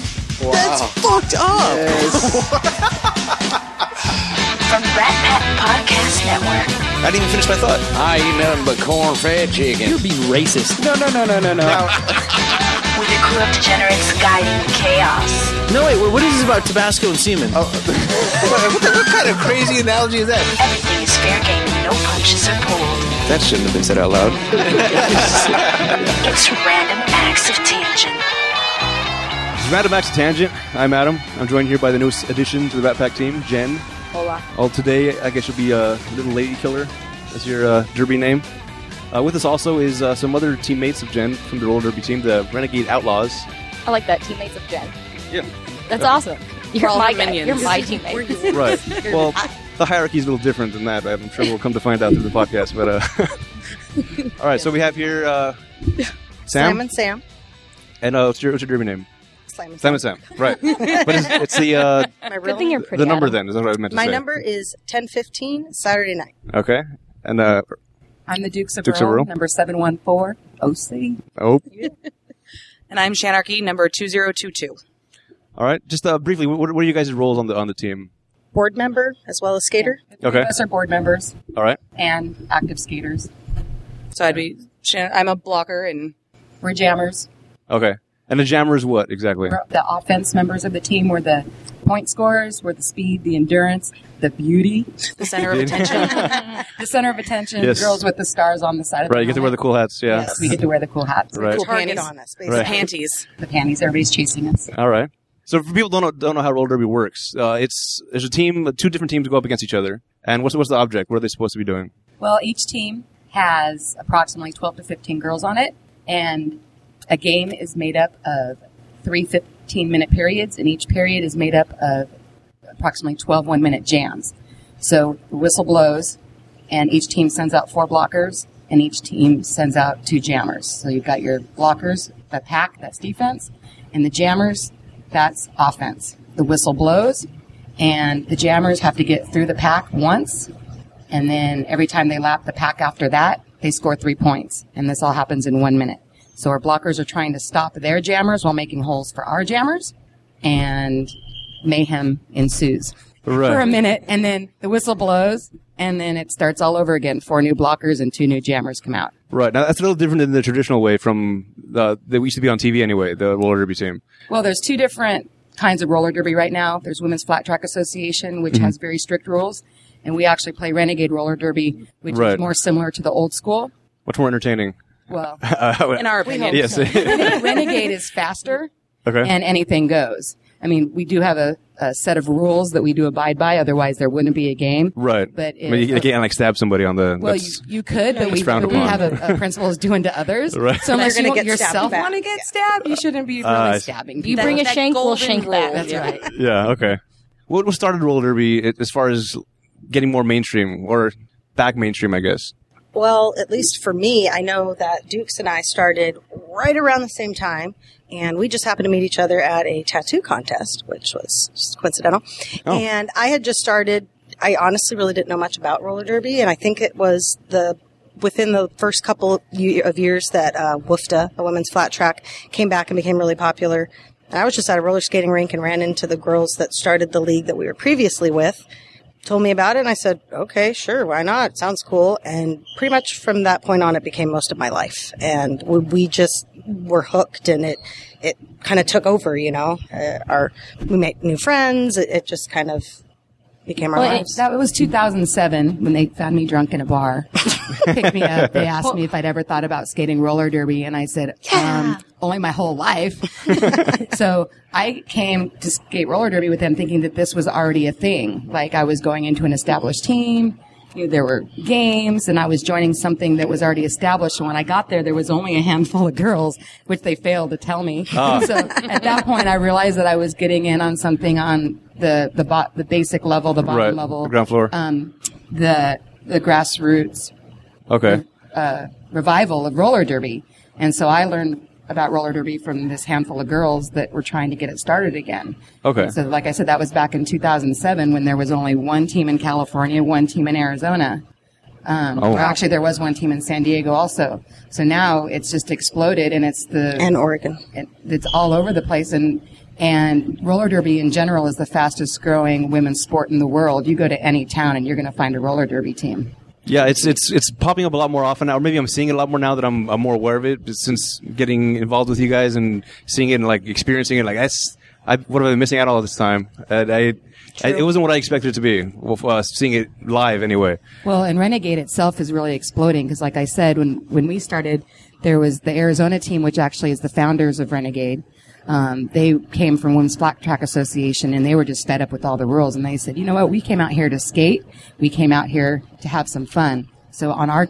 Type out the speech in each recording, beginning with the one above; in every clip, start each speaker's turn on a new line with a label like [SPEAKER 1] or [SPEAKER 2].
[SPEAKER 1] Wow. That's fucked up.
[SPEAKER 2] Yes.
[SPEAKER 3] From Rat Pack Podcast Network.
[SPEAKER 1] I didn't even finish my thought.
[SPEAKER 2] I eat nothing but corn fed chicken.
[SPEAKER 4] You're being racist.
[SPEAKER 2] No, no, no, no, no, no.
[SPEAKER 3] With a crew of degenerates guiding chaos.
[SPEAKER 4] No, wait, what is this about Tabasco and semen?
[SPEAKER 1] what, the- what kind of crazy analogy is that?
[SPEAKER 3] Everything is fair game, no punches are pulled.
[SPEAKER 2] That shouldn't have been said out loud.
[SPEAKER 3] It's Random Acts of Tangent.
[SPEAKER 5] This is Madam Max Tangent. I'm Adam. I'm joined here by the newest addition to the Rat Pack team, Jen.
[SPEAKER 6] Hola.
[SPEAKER 5] Well, today I guess you'll be a uh, little lady killer. That's your uh, derby name. Uh, with us also is uh, some other teammates of Jen from the roller derby team, the Renegade Outlaws.
[SPEAKER 6] I like that. Teammates of Jen.
[SPEAKER 5] Yeah.
[SPEAKER 6] That's awesome. You're
[SPEAKER 7] all
[SPEAKER 6] my
[SPEAKER 7] her
[SPEAKER 6] guy.
[SPEAKER 7] minions.
[SPEAKER 6] You're my
[SPEAKER 7] We're
[SPEAKER 6] teammate.
[SPEAKER 7] yours.
[SPEAKER 5] Right. well, the hierarchy is a little different than that. I'm sure we'll come to find out through the podcast. But uh, all right, so we have here uh, Sam,
[SPEAKER 7] Slam and Sam.
[SPEAKER 5] and uh, what's, your, what's your derby name?
[SPEAKER 7] Slam and
[SPEAKER 5] Sam and Sam. Right. but it's, it's the uh,
[SPEAKER 7] My,
[SPEAKER 6] Good
[SPEAKER 7] real-
[SPEAKER 6] thing you're pretty.
[SPEAKER 5] the number
[SPEAKER 6] Adam.
[SPEAKER 5] then. Is that what I meant to
[SPEAKER 7] my
[SPEAKER 5] say?
[SPEAKER 7] number is 1015 Saturday night.
[SPEAKER 5] Okay. And uh,
[SPEAKER 8] I'm the Dukes of
[SPEAKER 5] Dukes of
[SPEAKER 8] Earl,
[SPEAKER 5] Earl.
[SPEAKER 8] number 714, OC.
[SPEAKER 5] oh,
[SPEAKER 8] And I'm Shanarchy, number 2022.
[SPEAKER 5] All right. Just uh, briefly, what, what are you guys' roles on the on the team?
[SPEAKER 7] Board member as well as skater.
[SPEAKER 8] The
[SPEAKER 5] Okay.
[SPEAKER 8] three of us are board members
[SPEAKER 5] All right.
[SPEAKER 8] and active skaters. So I'd be, Shan- I'm a blocker and we're jammers.
[SPEAKER 5] Okay. And the jammer is what exactly?
[SPEAKER 8] We're the offense members of the team. We're the point scorers. We're the speed, the endurance, the beauty, the center of attention. the center of attention.
[SPEAKER 5] Yes.
[SPEAKER 8] Girls with the stars on the side of
[SPEAKER 5] Right. You get to wear the cool hats. Yeah.
[SPEAKER 8] Yes, we get to wear the cool hats.
[SPEAKER 5] Right.
[SPEAKER 7] Cool
[SPEAKER 8] panties.
[SPEAKER 7] target on us, basically.
[SPEAKER 5] Right.
[SPEAKER 8] panties. The panties. Everybody's chasing us.
[SPEAKER 5] All right. So for people who don't know, don't know how roller derby works, uh, it's there's a team, two different teams go up against each other, and what's what's the object? What are they supposed to be doing?
[SPEAKER 8] Well, each team has approximately 12 to 15 girls on it, and a game is made up of three 15 minute periods, and each period is made up of approximately 12 one minute jams. So the whistle blows, and each team sends out four blockers, and each team sends out two jammers. So you've got your blockers, the pack, that's defense, and the jammers, that's offense. The whistle blows, and the jammers have to get through the pack once, and then every time they lap the pack after that, they score three points. And this all happens in one minute. So our blockers are trying to stop their jammers while making holes for our jammers, and mayhem ensues
[SPEAKER 5] Right.
[SPEAKER 8] for a minute. And then the whistle blows, and then it starts all over again. Four new blockers and two new jammers come out.
[SPEAKER 5] Right. Now that's a little different than the traditional way from uh, that we used to be on TV anyway. The roller derby team.
[SPEAKER 8] Well, there's two different kinds of roller derby right now. There's Women's Flat Track Association,
[SPEAKER 5] Mm-hmm.
[SPEAKER 8] which has very strict rules, and we actually play Renegade Roller Derby, which
[SPEAKER 5] Right.
[SPEAKER 8] is more similar to the old school.
[SPEAKER 5] Much more entertaining.
[SPEAKER 8] Well,
[SPEAKER 5] Uh,
[SPEAKER 9] in our opinion.
[SPEAKER 5] yes.
[SPEAKER 8] Renegade is faster.
[SPEAKER 5] okay.
[SPEAKER 8] and anything goes. I mean, we do have a, a set of rules that we do abide by. Otherwise, there wouldn't be a game.
[SPEAKER 5] right.
[SPEAKER 8] But
[SPEAKER 5] I mean,
[SPEAKER 8] if-
[SPEAKER 5] you, can't like stab somebody on the.
[SPEAKER 8] Well, you,
[SPEAKER 5] that's-
[SPEAKER 8] you could, but we,
[SPEAKER 5] frowned
[SPEAKER 8] but we
[SPEAKER 5] upon.
[SPEAKER 8] have a, a principle is doing to others.
[SPEAKER 5] Right.
[SPEAKER 8] So unless
[SPEAKER 7] They're
[SPEAKER 8] you
[SPEAKER 7] gonna
[SPEAKER 8] want
[SPEAKER 7] get stabbed
[SPEAKER 8] yourself
[SPEAKER 7] back.
[SPEAKER 8] want to get stabbed, you shouldn't be really
[SPEAKER 5] Ah, I see.
[SPEAKER 8] stabbing.
[SPEAKER 6] You
[SPEAKER 8] people.
[SPEAKER 6] bring a
[SPEAKER 9] That
[SPEAKER 6] shank, we'll
[SPEAKER 9] golden
[SPEAKER 6] shank
[SPEAKER 9] rule.
[SPEAKER 6] back.
[SPEAKER 8] That's right.
[SPEAKER 5] Yeah. Okay. What what started roller derby i- as far as getting more mainstream or back mainstream? I guess.
[SPEAKER 7] Well, at least for me, I know that Dukes and I started right around the same time, and we just happened to meet each other at a tattoo contest, which was just coincidental.
[SPEAKER 5] Oh.
[SPEAKER 7] And I had just started. I honestly really didn't know much about roller derby, and I think it was the within the first couple ye- of years that uh, WFTA, the women's flat track, came back and became really popular. And I was just at a roller skating rink and ran into the girls that started the league that we were previously with told me about it and I said, okay, sure, why not? Sounds cool. And pretty much from that point on, it became most of my life. And we, we just were hooked and it, it kind of took over, you know, uh, our, we made new friends. It, it just kind of became our
[SPEAKER 6] Well, it-
[SPEAKER 7] lives.
[SPEAKER 8] That was 2007 when they found me drunk in a bar, picked me up. They asked me if I'd ever thought about skating roller derby, and I said, um, "Only my whole life." so I came to skate roller derby with them, thinking that this was already a thing. Like I was going into an established team. You know, there were games, and I was joining something that was already established. And when I got there, there was only a handful of girls, which they failed to tell me.
[SPEAKER 7] Oh.
[SPEAKER 8] so at that point, I realized that I was getting in on something on the the, bo- the basic level, the bottom
[SPEAKER 5] Right.
[SPEAKER 8] level,
[SPEAKER 5] The ground floor.
[SPEAKER 8] um, the the grassroots
[SPEAKER 5] Okay.
[SPEAKER 8] Mm-hmm. uh, revival of roller derby, and so I learned about roller derby from this handful of girls that were trying to get it started again.
[SPEAKER 5] Okay.
[SPEAKER 8] And so, like I said, that was back in 2007 when there was only one team in California, one team in Arizona. Um,
[SPEAKER 5] Oh.
[SPEAKER 8] or actually, there was one team in San Diego also. So now it's just exploded, and it's the
[SPEAKER 7] and Oregon.
[SPEAKER 8] it, it's all over the place and And roller derby in general is the fastest growing women's sport in the world. You go to any town and you're going to find a roller derby team.
[SPEAKER 5] Yeah, it's it's it's popping up a lot more often now, or maybe I'm seeing it a lot more now that I'm I'm more aware of it. But since getting involved with you guys and seeing it and like experiencing it, like that's I what have I been missing out all this time? And I, I it wasn't what I expected it to be. Well, for us, seeing it live anyway.
[SPEAKER 8] Well, and Renegade itself is really exploding because, like I said, when when we started, there was the Arizona team, which actually is the founders of Renegade. Um, they came from Women's Black Track Association, and they were just fed up with all the rules. And they said, "You know what? We came out here to skate. We came out here to have some fun. So on our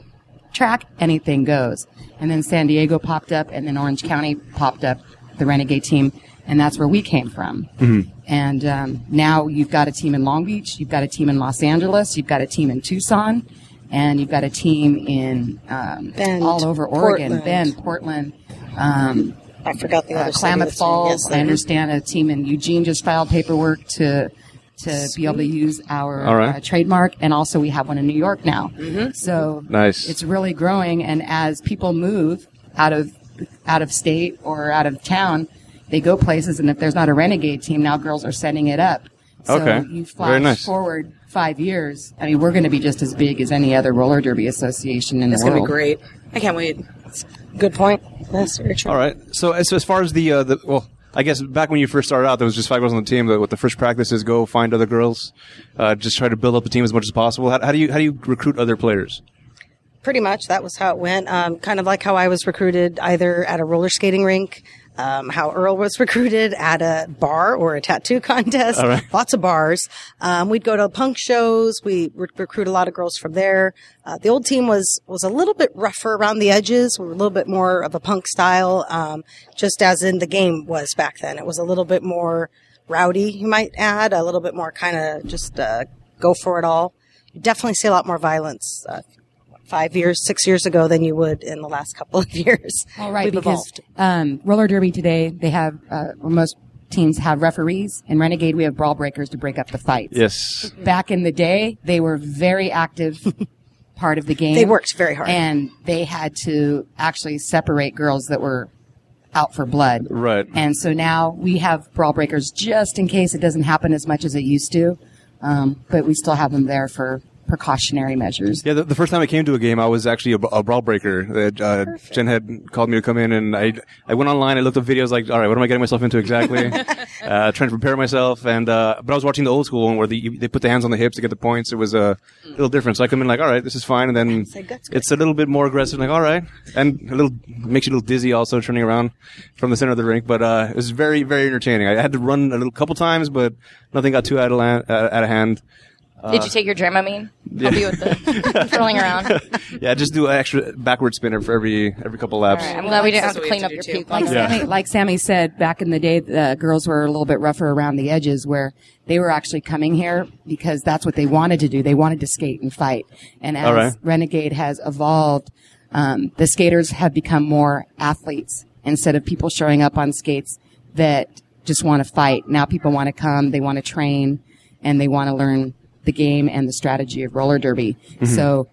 [SPEAKER 8] track, anything goes." And then San Diego popped up, and then Orange County popped up, the Renegade team, and that's where we came from. And um, now you've got a team in Long Beach, you've got a team in Los Angeles, you've got a team in Tucson, and you've got a team in um,
[SPEAKER 7] Bend,
[SPEAKER 8] all over Oregon,
[SPEAKER 7] Portland.
[SPEAKER 8] Bend, Portland, um,
[SPEAKER 7] I forgot the
[SPEAKER 8] uh,
[SPEAKER 7] other side of
[SPEAKER 8] Klamath
[SPEAKER 7] the
[SPEAKER 8] Falls.
[SPEAKER 7] Yes,
[SPEAKER 8] I
[SPEAKER 7] there.
[SPEAKER 8] understand a team in Eugene just filed paperwork to to be able to use our
[SPEAKER 5] All right.
[SPEAKER 8] uh, trademark, and also we have one in New York now.
[SPEAKER 7] Mm-hmm.
[SPEAKER 8] So
[SPEAKER 5] Nice.
[SPEAKER 8] it's really growing, and as people move out of out of state or out of town, they go places, and if there's not a renegade team now, girls are setting it up. So
[SPEAKER 5] Okay. Very
[SPEAKER 8] you flash
[SPEAKER 5] nice.
[SPEAKER 8] forward five years. I mean, we're going to be just as big as any other roller derby association in
[SPEAKER 7] That's
[SPEAKER 8] the
[SPEAKER 7] gonna
[SPEAKER 8] world.
[SPEAKER 7] be great. I can't wait. That's a good point. That's very true.
[SPEAKER 5] All right. So as, as far as the uh, the well, I guess back when you first started out, there was just five girls on the team. But what the first practice is, go find other girls, uh, just try to build up the team as much as possible. How, how do you how do you recruit other players?
[SPEAKER 7] Pretty much, that was how it went. Um, kind of like how I was recruited, either at a roller skating rink, um, how Earl was recruited at a bar or a tattoo contest. Lots of bars. Um, we'd go to punk shows. We re- recruit a lot of girls from there. Uh, the old team was was a little bit rougher around the edges. We were a little bit more of a punk style, um, just as in the game was back then. It was a little bit more rowdy, you might add, a little bit more kind of just uh, go for it all. You definitely see a lot more violence. Uh, five years, six years ago than you would in the last couple of years.
[SPEAKER 8] All right,
[SPEAKER 7] We've
[SPEAKER 8] because
[SPEAKER 7] evolved.
[SPEAKER 8] um, roller derby today they have uh, well, most teams have referees. In Renegade, we have brawl breakers to break up the fights.
[SPEAKER 5] Yes.
[SPEAKER 8] Back in the day, they were very active part of the game.
[SPEAKER 7] They worked very hard.
[SPEAKER 8] and they had to actually separate girls that were out for blood.
[SPEAKER 5] Right.
[SPEAKER 8] And so now we have brawl breakers just in case it doesn't happen as much as it used to, um, but we still have them there for precautionary measures.
[SPEAKER 5] Yeah, the, the first time I came to a game, I was actually a, b- a brawl breaker. Uh, uh, Jen had called me to come in, and I I went online. I looked up videos, like, all right, what am I getting myself into exactly? uh, trying to prepare myself, and uh, but I was watching the old school one where the, you, they put the hands on the hips to get the points. It was uh, a little different. So I come in like, all right, this is fine, and then
[SPEAKER 7] Say, "That's good."
[SPEAKER 5] it's a little bit more aggressive. Like, all right, and a little makes you a little dizzy also turning around from the center of the rink. But uh, it was very very entertaining. I had to run a little couple times, but nothing got too out of la- uh, out of hand. Uh,
[SPEAKER 6] Did
[SPEAKER 7] Uh,
[SPEAKER 6] you take your Dramamine? Help you with the throwing around. All
[SPEAKER 5] Yeah, just do an extra backward spinner for every every couple laps.
[SPEAKER 6] right, I'm glad we didn't
[SPEAKER 9] That's
[SPEAKER 6] have to
[SPEAKER 9] what we
[SPEAKER 6] clean up
[SPEAKER 9] have to
[SPEAKER 6] your
[SPEAKER 9] do, too.
[SPEAKER 6] puke.
[SPEAKER 8] Like
[SPEAKER 6] on the-
[SPEAKER 8] Sammy, like Sammy said, back in the day, the girls were a little bit rougher around the edges, where they were actually coming here because that's what they wanted to do. They wanted to skate and fight. And as
[SPEAKER 5] All right.
[SPEAKER 8] Renegade has evolved, um, the skaters have become more athletes instead of people showing up on skates that just want to fight. Now people want to come, they want to train, and they want to learn the game and the strategy of roller derby.
[SPEAKER 5] Mm-hmm.
[SPEAKER 8] So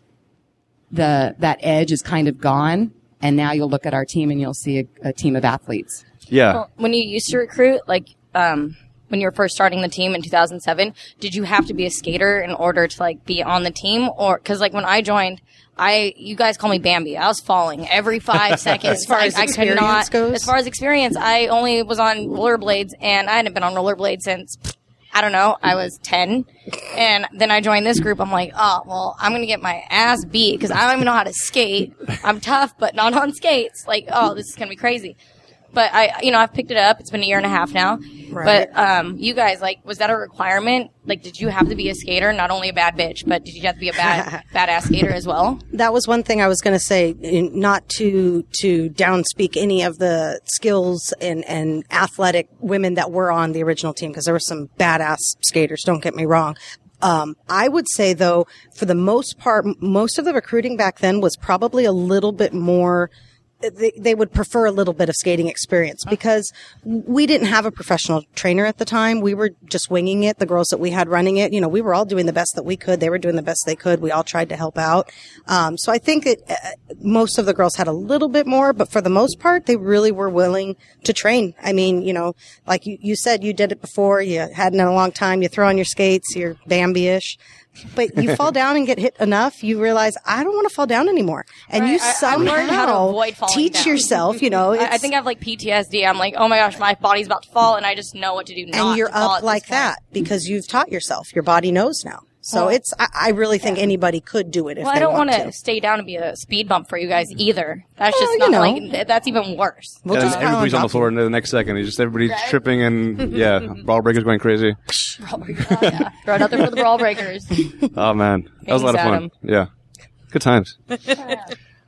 [SPEAKER 8] the that edge is kind of gone. And now you'll look at our team and you'll see a, a team of athletes.
[SPEAKER 5] Yeah.
[SPEAKER 6] When you used to recruit, like um, when you were first starting the team in 2007, did you have to be a skater in order to like be on the team, or because like when I joined, I you guys call me Bambi. I was falling every five seconds.
[SPEAKER 7] As far
[SPEAKER 6] I-
[SPEAKER 7] as
[SPEAKER 6] I, could
[SPEAKER 7] experience
[SPEAKER 6] not,
[SPEAKER 7] goes?
[SPEAKER 6] as far as experience, I only was on rollerblades, and I hadn't been on rollerblades since. I don't know.
[SPEAKER 7] Mm.
[SPEAKER 6] I was 10. And then I joined this group. I'm like, oh, well, I'm going to get my ass beat because I don't even know how to skate. I'm tough, but not on skates. Like, oh, this is going to be crazy but I, you know, I've picked it up. It's been a year and a half now.
[SPEAKER 7] Right.
[SPEAKER 6] But um, you guys, like, was that a requirement? Like, did you have to be a skater, not only a bad bitch, but did you have to be a bad badass skater as well?
[SPEAKER 7] that was one thing I was going to say, in- not to to downspeak any of the skills and and athletic women that were on the original team because there were some badass skaters. Don't get me wrong. Um, I would say though, for the most part, m- most of the recruiting back then was probably a little bit more they, they would prefer a little bit of skating experience because we didn't have a professional trainer at the time. We were just winging it. The girls that we had running it, you know, we were all doing the best that we could. They were doing the best they could. We all tried to help out. Um, so I think it, uh, most of the girls had a little bit more, but for the most part, they really were willing to train. I mean, you know, like you, you said, you did it before. You hadn't in a long time. You throw on your skates. You're Bambi-ish. But you fall down and get hit enough, you realize I don't want to fall down anymore, and you
[SPEAKER 6] Right, I- I've
[SPEAKER 7] somehow
[SPEAKER 6] learned how to avoid falling
[SPEAKER 7] teach
[SPEAKER 6] down.
[SPEAKER 7] yourself. You know,
[SPEAKER 6] I, I
[SPEAKER 7] it's-
[SPEAKER 6] think I have like PTSD. I'm like, oh my gosh, my body's about to fall, and I just know what to do. Not
[SPEAKER 7] and you're
[SPEAKER 6] to fall at
[SPEAKER 7] up
[SPEAKER 6] this
[SPEAKER 7] like
[SPEAKER 6] point.
[SPEAKER 7] that because you've taught yourself. Your body knows now. So it's I, I really think anybody could do it if
[SPEAKER 6] Well,
[SPEAKER 7] they
[SPEAKER 6] I don't
[SPEAKER 7] want
[SPEAKER 6] to
[SPEAKER 7] to. Mm.
[SPEAKER 6] stay down and be a speed bump for you guys either. That's just
[SPEAKER 7] Well,
[SPEAKER 6] not
[SPEAKER 7] you know.
[SPEAKER 6] like th- that's even worse.
[SPEAKER 7] We'll
[SPEAKER 5] and
[SPEAKER 7] just pile
[SPEAKER 5] everybody's on the
[SPEAKER 7] top.
[SPEAKER 5] floor in the next second. It's just everybody's tripping and yeah, ball breakers going crazy.
[SPEAKER 6] Throw it out there for the brawl breakers.
[SPEAKER 5] Oh man, that was a lot of
[SPEAKER 6] Thanks,
[SPEAKER 5] fun.
[SPEAKER 6] Adam.
[SPEAKER 5] Yeah, good times.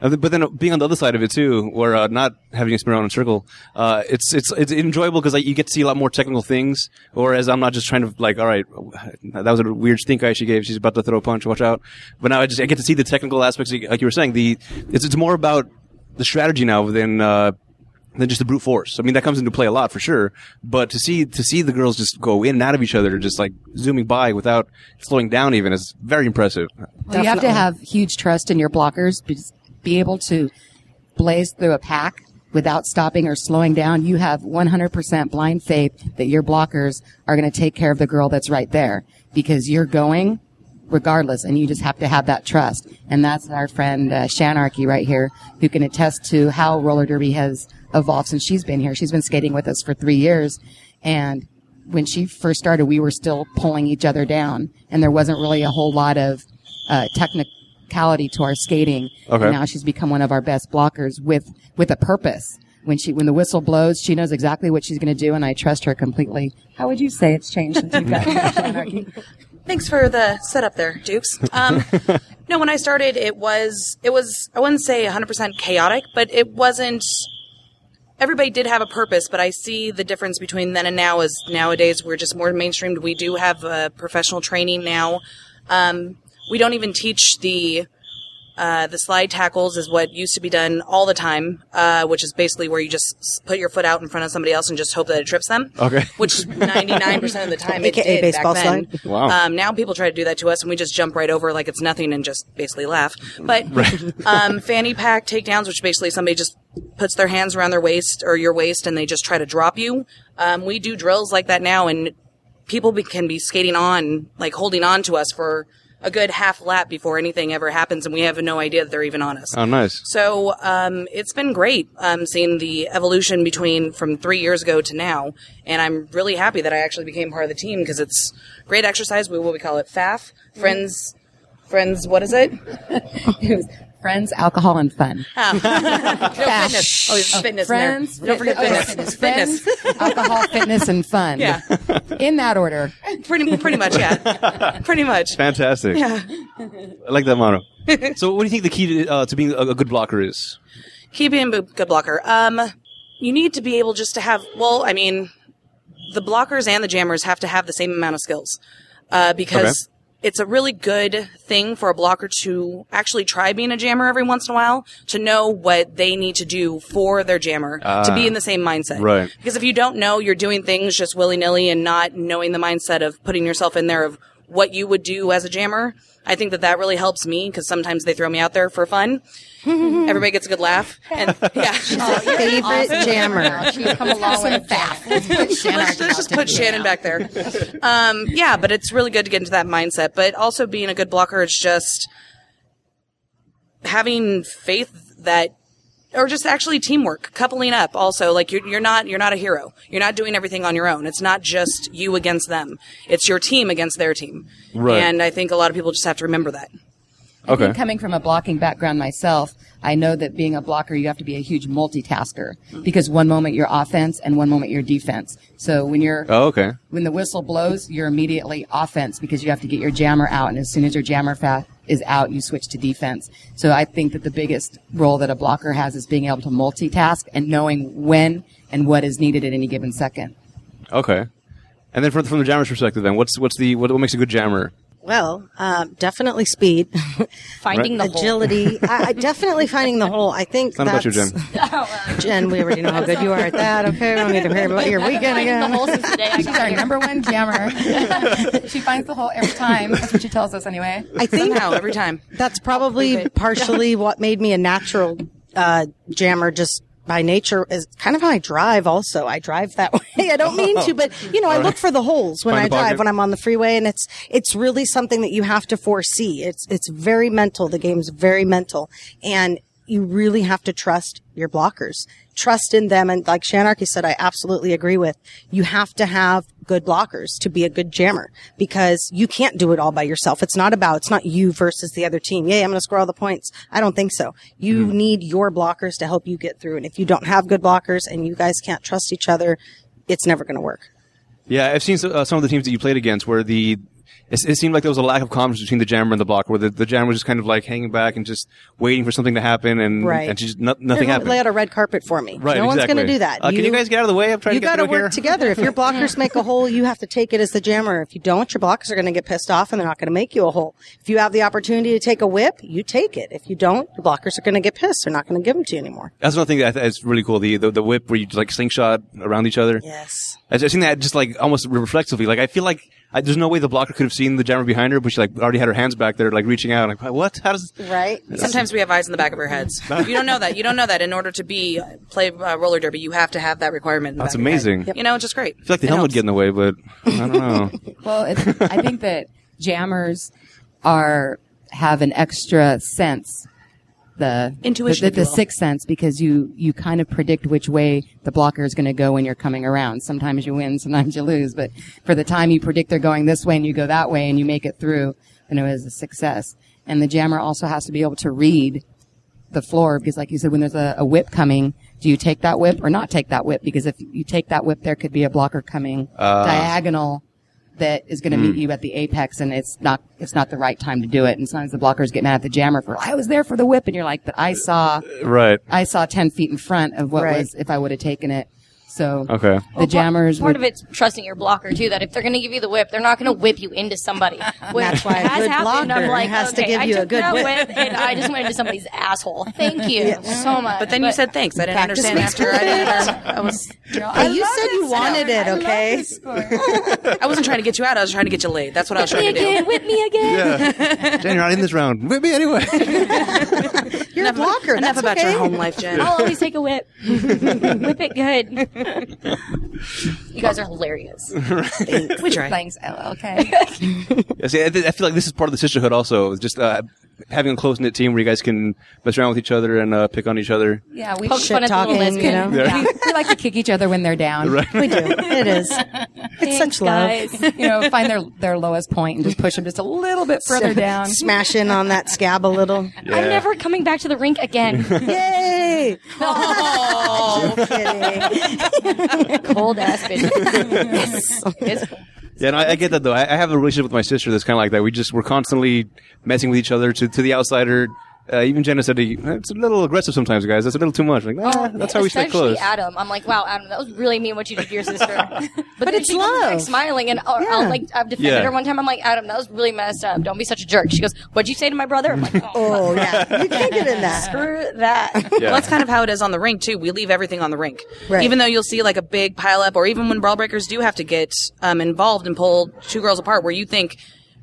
[SPEAKER 5] And th- But then uh, being on the other side of it too, where uh, not having to spin around in a circle, uh, it's it's it's enjoyable because like, you get to see a lot more technical things. Whereas I'm not just trying to like, all right, uh, that was a weird stink eye she gave. She's about to throw a punch. Watch out! But now I just I get to see the technical aspects, like like you were saying. The it's it's more about the strategy now than uh, than just the brute force. I mean, that comes into play a lot for sure. But to see to see the girls just go in and out of each other, just like zooming by without slowing down, even is very impressive.
[SPEAKER 8] Well, you have to have huge trust in your blockers. Be, be able to blaze through a pack without stopping or slowing down. You have 100% blind faith that your blockers are going to take care of the girl that's right there because you're going regardless, and you just have to have that trust. And that's our friend uh, Shanarchy right here, who can attest to how roller derby has evolved since she's been here. She's been skating with us for three years, and when she first started, we were still pulling each other down, and there wasn't really a whole lot of uh, technicality to our skating.
[SPEAKER 5] Okay.
[SPEAKER 8] And now she's become one of our best blockers with with a purpose. When she when the whistle blows, she knows exactly what she's going to do, and I trust her completely. How would you say it's changed since you've got here, Shanarchy?
[SPEAKER 9] Thanks for the setup there, Dukes. Um, no, when I started, it was it was I wouldn't say 100% chaotic, but it wasn't. Everybody did have a purpose, but I see the difference between then and now. Is nowadays we're just more mainstreamed. We do have uh, professional training now. Um, we don't even teach the uh, the slide tackles is what used to be done all the time, uh, which is basically where you just s- put your foot out in front of somebody else and just hope that it trips them.
[SPEAKER 5] Okay.
[SPEAKER 9] Which 99% of the time it
[SPEAKER 7] AKA
[SPEAKER 9] did
[SPEAKER 7] baseball
[SPEAKER 9] back then.
[SPEAKER 7] slide.
[SPEAKER 5] Wow.
[SPEAKER 9] Um, now people try to do that to us, and we just jump right over like it's nothing and just basically laugh. But um, fanny pack takedowns, which basically somebody just puts their hands around their waist or your waist, and they just try to drop you. Um, we do drills like that now, and people be, can be skating on, like holding on to us for a good half lap before anything ever happens, and we have no idea that they're even on us.
[SPEAKER 5] Oh, nice.
[SPEAKER 9] So um, it's been great um, seeing the evolution between from three years ago to now, and I'm really happy that I actually became part of the team because it's great exercise. We what we call it FAF
[SPEAKER 8] Mm-hmm.
[SPEAKER 9] friends, friends. What is it?
[SPEAKER 8] It was friends, alcohol, and fun.
[SPEAKER 9] No fitness. Oh, there's fitness.
[SPEAKER 8] friends,
[SPEAKER 9] in there. Don't forget
[SPEAKER 8] fit- oh,
[SPEAKER 9] fitness.
[SPEAKER 8] Friends, alcohol, fitness, and fun.
[SPEAKER 9] Yeah.
[SPEAKER 8] In that order.
[SPEAKER 9] Pretty, pretty much. Yeah. pretty much.
[SPEAKER 5] Fantastic. Yeah. I like that motto. so, what do you think the key to, uh, to being a, a good blocker is?
[SPEAKER 9] Keep being a good blocker. Um, you need to be able just to have. Well, I mean, the blockers and the jammers have to have the same amount of skills uh, because it's a really good thing for a blocker to actually try being a jammer every once in a while to know what they need to do for their jammer to be in the same mindset.
[SPEAKER 5] right.
[SPEAKER 9] Because if you don't know, you're doing things just willy nilly and not knowing the mindset of putting yourself in there of what you would do as a jammer. I think that that really helps me because sometimes they throw me out there for fun. Everybody gets a good laugh, and yeah,
[SPEAKER 7] favorite jammer.
[SPEAKER 6] She's come a long way.
[SPEAKER 9] let's, let's just put Shannon back there. Um, yeah, but it's really good to get into that mindset. But also being a good blocker is just having faith that, or just actually teamwork, coupling up. Also, like you're, you're not you're not a hero. You're not doing everything on your own. It's not just you against them. It's your team against their team.
[SPEAKER 5] Right.
[SPEAKER 9] And I think a lot of people just have to remember that.
[SPEAKER 5] Okay.
[SPEAKER 8] And coming from a blocking background myself, I know that being a blocker, you have to be a huge multitasker because one moment you're offense and one moment you're defense. So when you're
[SPEAKER 5] Oh, okay.
[SPEAKER 8] when the whistle blows, you're immediately offense because you have to get your jammer out, and as soon as your jammer fa- is out, you switch to defense. So I think that the biggest role that a blocker has is being able to multitask and knowing when and what is needed at any given second.
[SPEAKER 5] Okay. And then from, from the jammer's perspective, then what's what's the what, what makes a good jammer?
[SPEAKER 7] Well, um, definitely speed,
[SPEAKER 6] Finding the hole.
[SPEAKER 7] agility. I, I definitely finding the hole. I think
[SPEAKER 5] Not about
[SPEAKER 7] that's
[SPEAKER 5] you, Jen.
[SPEAKER 6] Oh,
[SPEAKER 7] Jen, we already know how good you are at that. Okay, we don't need to hear about your weekend
[SPEAKER 6] Finding the
[SPEAKER 7] again.
[SPEAKER 6] hole since the day I
[SPEAKER 8] She's our
[SPEAKER 6] got here.
[SPEAKER 8] number one jammer. she finds the hole every time. That's what she tells us anyway.
[SPEAKER 7] I think
[SPEAKER 9] Somehow, every time.
[SPEAKER 7] that's probably partially what made me a natural uh, jammer just by nature is kind of how I drive also. I drive that way. I don't mean to, but you
[SPEAKER 5] Oh.
[SPEAKER 7] know, I look for the holes when
[SPEAKER 5] Find
[SPEAKER 7] I
[SPEAKER 5] a pocket.
[SPEAKER 7] drive when I'm on the freeway and it's it's really something that you have to foresee. It's it's very mental. The game's very mental and you really have to trust your blockers. Trust in them and like Shanarchy said I absolutely agree with. You have to have good blockers to be a good jammer because you can't do it all by yourself. It's not about it's not you versus the other team. Yay, I'm going to score all the points. I don't think so. You
[SPEAKER 5] Hmm.
[SPEAKER 7] need your blockers to help you get through and if you don't have good blockers and you guys can't trust each other, it's never going to work.
[SPEAKER 5] Yeah, I've seen so- uh, some of the teams that you played against where the it, it seemed like there was a lack of confidence between the jammer and the blocker, where the, the jammer was just kind of like hanging back and just waiting for something to happen, and
[SPEAKER 7] Right.
[SPEAKER 5] and just no, nothing
[SPEAKER 7] They're gonna
[SPEAKER 5] happened.
[SPEAKER 7] Lay out a red carpet for me.
[SPEAKER 5] Right,
[SPEAKER 7] No one's going
[SPEAKER 5] exactly.
[SPEAKER 7] to do that.
[SPEAKER 5] Uh, can you guys get out of the way? I'm trying
[SPEAKER 7] you
[SPEAKER 5] to get
[SPEAKER 7] gotta
[SPEAKER 5] through
[SPEAKER 7] work
[SPEAKER 5] here.
[SPEAKER 7] together. If your blockers make a hole, you have to take it as the jammer. If you don't, your blockers are going to get pissed off and they're not going to make you a hole. If you have the opportunity to take a whip, you take it. If you don't, your blockers are going to get pissed. They're not going to give them to you anymore.
[SPEAKER 5] That's one thing that I th- is really cool. The, the the whip where you like slingshot around each other.
[SPEAKER 7] Yes.
[SPEAKER 5] I've I've seen that just like almost reflexively. Like I feel like I, there's no way the blocker could have seen the jammer behind her, but she like already had her hands back there, like reaching out. Like what? How does?
[SPEAKER 7] Right.
[SPEAKER 9] Sometimes we have eyes in the back of our heads. You don't know that. You don't know that. In order to be play uh, roller derby, you have to have that requirement. In the
[SPEAKER 5] That's
[SPEAKER 9] back of your head.
[SPEAKER 5] amazing. Yep.
[SPEAKER 9] You know, it's just great.
[SPEAKER 5] I feel like the helmet would get in the way, but I don't know.
[SPEAKER 8] Well, it's, I think that jammers are have an extra sense, the
[SPEAKER 9] Intuition,
[SPEAKER 8] the,
[SPEAKER 9] if you
[SPEAKER 8] the,
[SPEAKER 9] will.
[SPEAKER 8] sixth sense, because you you kind of predict which way the blocker is going to go when you're coming around. Sometimes you win, sometimes you lose, but for the time you predict they're going this way and you go that way and you make it through, then it was a success. And the jammer also has to be able to read the floor because like you said when there's a, a whip coming do you take that whip or not take that whip because if you take that whip there could be a blocker coming diagonal that is going to meet you at the apex and it's not it's not the right time to do it and sometimes the blockers get mad at the jammer for i was there for the whip and you're like but i saw
[SPEAKER 5] right.
[SPEAKER 8] i saw 10 feet in front of what
[SPEAKER 7] Right.
[SPEAKER 8] was if i would have taken it so
[SPEAKER 5] Okay.
[SPEAKER 8] the jammers
[SPEAKER 6] Part
[SPEAKER 8] would-
[SPEAKER 6] of it's trusting your blocker too. That if they're going to give you the whip, they're not going to whip you into somebody. Which
[SPEAKER 7] That's why a
[SPEAKER 6] has
[SPEAKER 7] good
[SPEAKER 6] happened. I'm
[SPEAKER 7] blocker
[SPEAKER 6] like,
[SPEAKER 7] has to
[SPEAKER 6] okay,
[SPEAKER 7] give
[SPEAKER 6] I
[SPEAKER 7] you a
[SPEAKER 6] took
[SPEAKER 7] good
[SPEAKER 6] that
[SPEAKER 7] whip.
[SPEAKER 6] and I just went into somebody's asshole. Thank you so much.
[SPEAKER 9] But then you said thanks. I didn't
[SPEAKER 7] Practice
[SPEAKER 9] understand
[SPEAKER 7] makes
[SPEAKER 9] after I, didn't, I was.
[SPEAKER 7] Hey, you said you wanted it, okay?
[SPEAKER 9] I wasn't trying to get you out. I was trying to get you laid. That's what I was
[SPEAKER 6] Whip me
[SPEAKER 9] trying to do.
[SPEAKER 6] again. Whip me again.
[SPEAKER 5] Yeah. Jen, you're not in this round. With me anyway.
[SPEAKER 7] You're a blocker.
[SPEAKER 9] Enough
[SPEAKER 7] That's
[SPEAKER 9] about
[SPEAKER 7] okay.
[SPEAKER 9] your home life, Jen.
[SPEAKER 6] I'll always take a whip. whip it good. you guys are hilarious.
[SPEAKER 9] we try.
[SPEAKER 8] thanks okay
[SPEAKER 5] Yeah, see, I, th- I feel like this is part of the sisterhood also. is Just uh, having a close knit team where you guys can mess around with each other and uh, pick on each other.
[SPEAKER 8] yeah we
[SPEAKER 6] Poke fun at the little
[SPEAKER 7] talking, you
[SPEAKER 6] lesbian.
[SPEAKER 7] know?
[SPEAKER 8] we, we like to kick each other when they're down
[SPEAKER 7] We do. It is. It's
[SPEAKER 6] Thanks,
[SPEAKER 7] such love.
[SPEAKER 6] guys.
[SPEAKER 8] you know, find their their lowest point and just push them just a little bit further down.
[SPEAKER 7] Smash in on that scab a little.
[SPEAKER 6] I'm never coming back to the rink again.
[SPEAKER 7] Yay! Just kidding.
[SPEAKER 6] Cold ass bitch. It's cool.
[SPEAKER 5] Yeah, and I, I get that though. I, I have a relationship with my sister that's kind of like that. We just we're constantly messing with each other to to the outsider. Uh, even Jenna said it's a little aggressive sometimes, guys. That's a little too much. Like, nah, that's how we stay
[SPEAKER 6] Especially
[SPEAKER 5] close.
[SPEAKER 6] Adam. I'm like, wow, Adam, that was really mean what you did to your sister. But, then
[SPEAKER 7] it's
[SPEAKER 6] she comes back
[SPEAKER 7] love.
[SPEAKER 6] smiling, and I'll, I'll
[SPEAKER 7] Yeah.
[SPEAKER 6] like, I've defended
[SPEAKER 5] Yeah.
[SPEAKER 6] her one time. I'm like, Adam, that was really messed up. Don't be such a jerk. She goes, what'd you say to my brother? I'm like, oh,
[SPEAKER 7] Oh yeah, you can't get in that.
[SPEAKER 6] screw that.
[SPEAKER 5] Yeah.
[SPEAKER 9] Well, that's kind of how it is on the rink too. We leave everything on the rink,
[SPEAKER 7] Right.
[SPEAKER 9] even though you'll see like a big pile up, or even when brawl breakers do have to get um, involved and pull two girls apart, where you think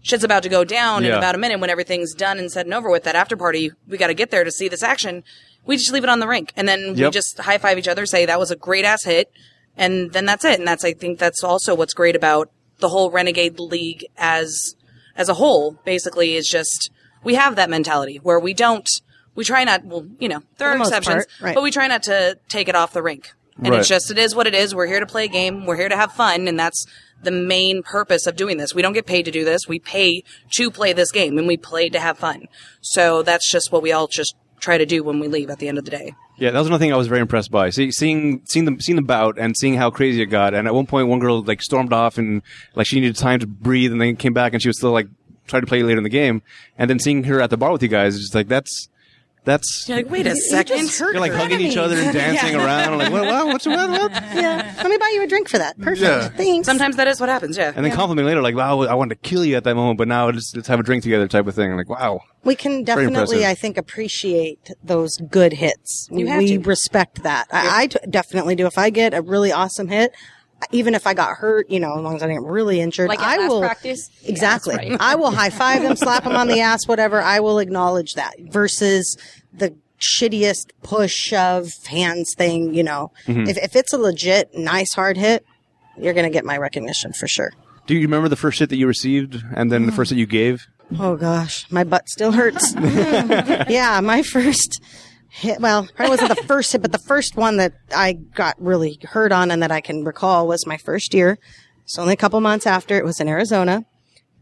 [SPEAKER 9] shit's about to go down in
[SPEAKER 5] Yeah.
[SPEAKER 9] about a minute. When everything's done and said and over with, that after party, we got to get there to see this action. We just leave it on the rink, and then we
[SPEAKER 5] Yep.
[SPEAKER 9] just high five each other, say that was a great ass hit, and then that's it. And that's I think that's also what's great about the whole Renegade League as as a whole. Basically, is just we have that mentality where we don't. We try not, well, you know,
[SPEAKER 7] For
[SPEAKER 9] there are
[SPEAKER 7] the most
[SPEAKER 9] exceptions,
[SPEAKER 7] part, right.
[SPEAKER 9] but we try not to take it off the rink. And
[SPEAKER 5] Right.
[SPEAKER 9] it's just, it is what it is. We're here to play a game. We're here to have fun. And that's the main purpose of doing this. We don't get paid to do this. We pay to play this game and we play to have fun. So that's just what we all just try to do when we leave at the end of the day.
[SPEAKER 5] Yeah, that was another thing I was very impressed by. See, seeing seeing the seeing the bout and seeing how crazy it got. And at one point, one girl like stormed off and like she needed time to breathe, and then came back and she was still like trying to play later in the game. And then seeing her at the bar with you guys, it's just like that's That's
[SPEAKER 9] You're like, wait a second.
[SPEAKER 5] you're like hugging each other and dancing around. Like, what, what, what's what, what?
[SPEAKER 7] Yeah. Let me buy you a drink for that. Perfect.
[SPEAKER 5] Yeah.
[SPEAKER 7] Thanks.
[SPEAKER 9] Sometimes that is what happens. Yeah.
[SPEAKER 5] And then compliment later, like, wow, I wanted to kill you at that moment, but now let's, let's have a drink together, type of thing. Like, wow.
[SPEAKER 7] we can
[SPEAKER 5] Very
[SPEAKER 7] definitely,
[SPEAKER 5] impressive.
[SPEAKER 7] I think, appreciate those good hits.
[SPEAKER 9] You have
[SPEAKER 7] we
[SPEAKER 9] to.
[SPEAKER 7] respect that. I I t- definitely do. If I get a really awesome hit, even if I got hurt, you know, as long as I didn't really injured,
[SPEAKER 6] Like at
[SPEAKER 7] I
[SPEAKER 6] last
[SPEAKER 7] will
[SPEAKER 6] practice? Yeah, that's
[SPEAKER 7] Exactly.
[SPEAKER 6] right.
[SPEAKER 7] I will high five them, slap them on the ass, whatever. I will acknowledge that versus the shittiest push shove hands thing. You know, if if it's a legit nice hard hit, you're gonna get my recognition for sure.
[SPEAKER 5] Do you remember the first hit that you received and then the first that you gave?
[SPEAKER 7] Oh gosh, my butt still hurts. yeah, my first hit. Well, probably wasn't the first hit, but the first one that I got really hurt on and that I can recall was my first year. It's only a couple months after. It was in Arizona.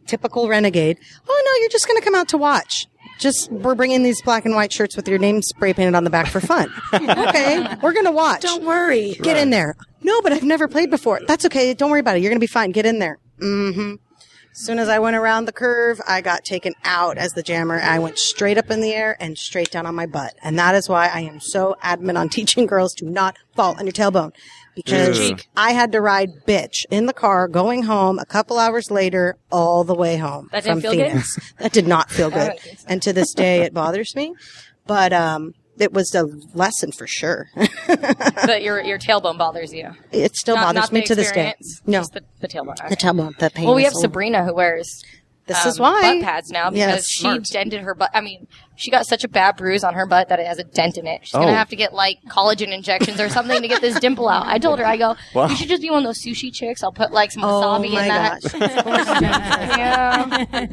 [SPEAKER 7] Typical renegade. Oh no, you're just going to come out to watch. Just we're bringing these black and white shirts with your name spray painted on the back for fun. okay, we're going to watch.
[SPEAKER 9] Don't worry.
[SPEAKER 7] Get in there. No, but I've never played before. That's okay. Don't worry about it. You're going to be fine. Get in there. hmm As soon as I went around the curve, I got taken out as the jammer. I went straight up in the air and straight down on my butt. And that is why I am so adamant on teaching girls to not fall on your tailbone. Because
[SPEAKER 5] Yeah.
[SPEAKER 7] I had to ride bitch in the car going home a couple hours later all the way home
[SPEAKER 6] That
[SPEAKER 7] from
[SPEAKER 6] didn't feel good? Oh,
[SPEAKER 7] Phoenix. That did not feel good. And to this day, it bothers me. But um, it was a lesson for sure.
[SPEAKER 6] But your your tailbone bothers you.
[SPEAKER 7] It still
[SPEAKER 6] Not,
[SPEAKER 7] bothers
[SPEAKER 6] not
[SPEAKER 7] me
[SPEAKER 6] the
[SPEAKER 7] to this day.
[SPEAKER 6] experience,
[SPEAKER 7] No,
[SPEAKER 6] just the, the tailbone.
[SPEAKER 7] the tailbone, the pain.
[SPEAKER 6] Well, we
[SPEAKER 7] is
[SPEAKER 6] have
[SPEAKER 7] a-
[SPEAKER 6] Sabrina who wears
[SPEAKER 7] This is
[SPEAKER 6] um,
[SPEAKER 7] why
[SPEAKER 6] butt pads now
[SPEAKER 7] Yes.
[SPEAKER 6] because she dented her butt. I mean, she got such a bad bruise on her butt that it has a dent in it. She's
[SPEAKER 5] Oh.
[SPEAKER 6] gonna have to get like collagen injections or something to get this dimple out. I told her, I go, you should just be one of those sushi chicks. I'll put like some wasabi in
[SPEAKER 7] Oh my
[SPEAKER 6] that.
[SPEAKER 7] gosh.
[SPEAKER 6] yeah,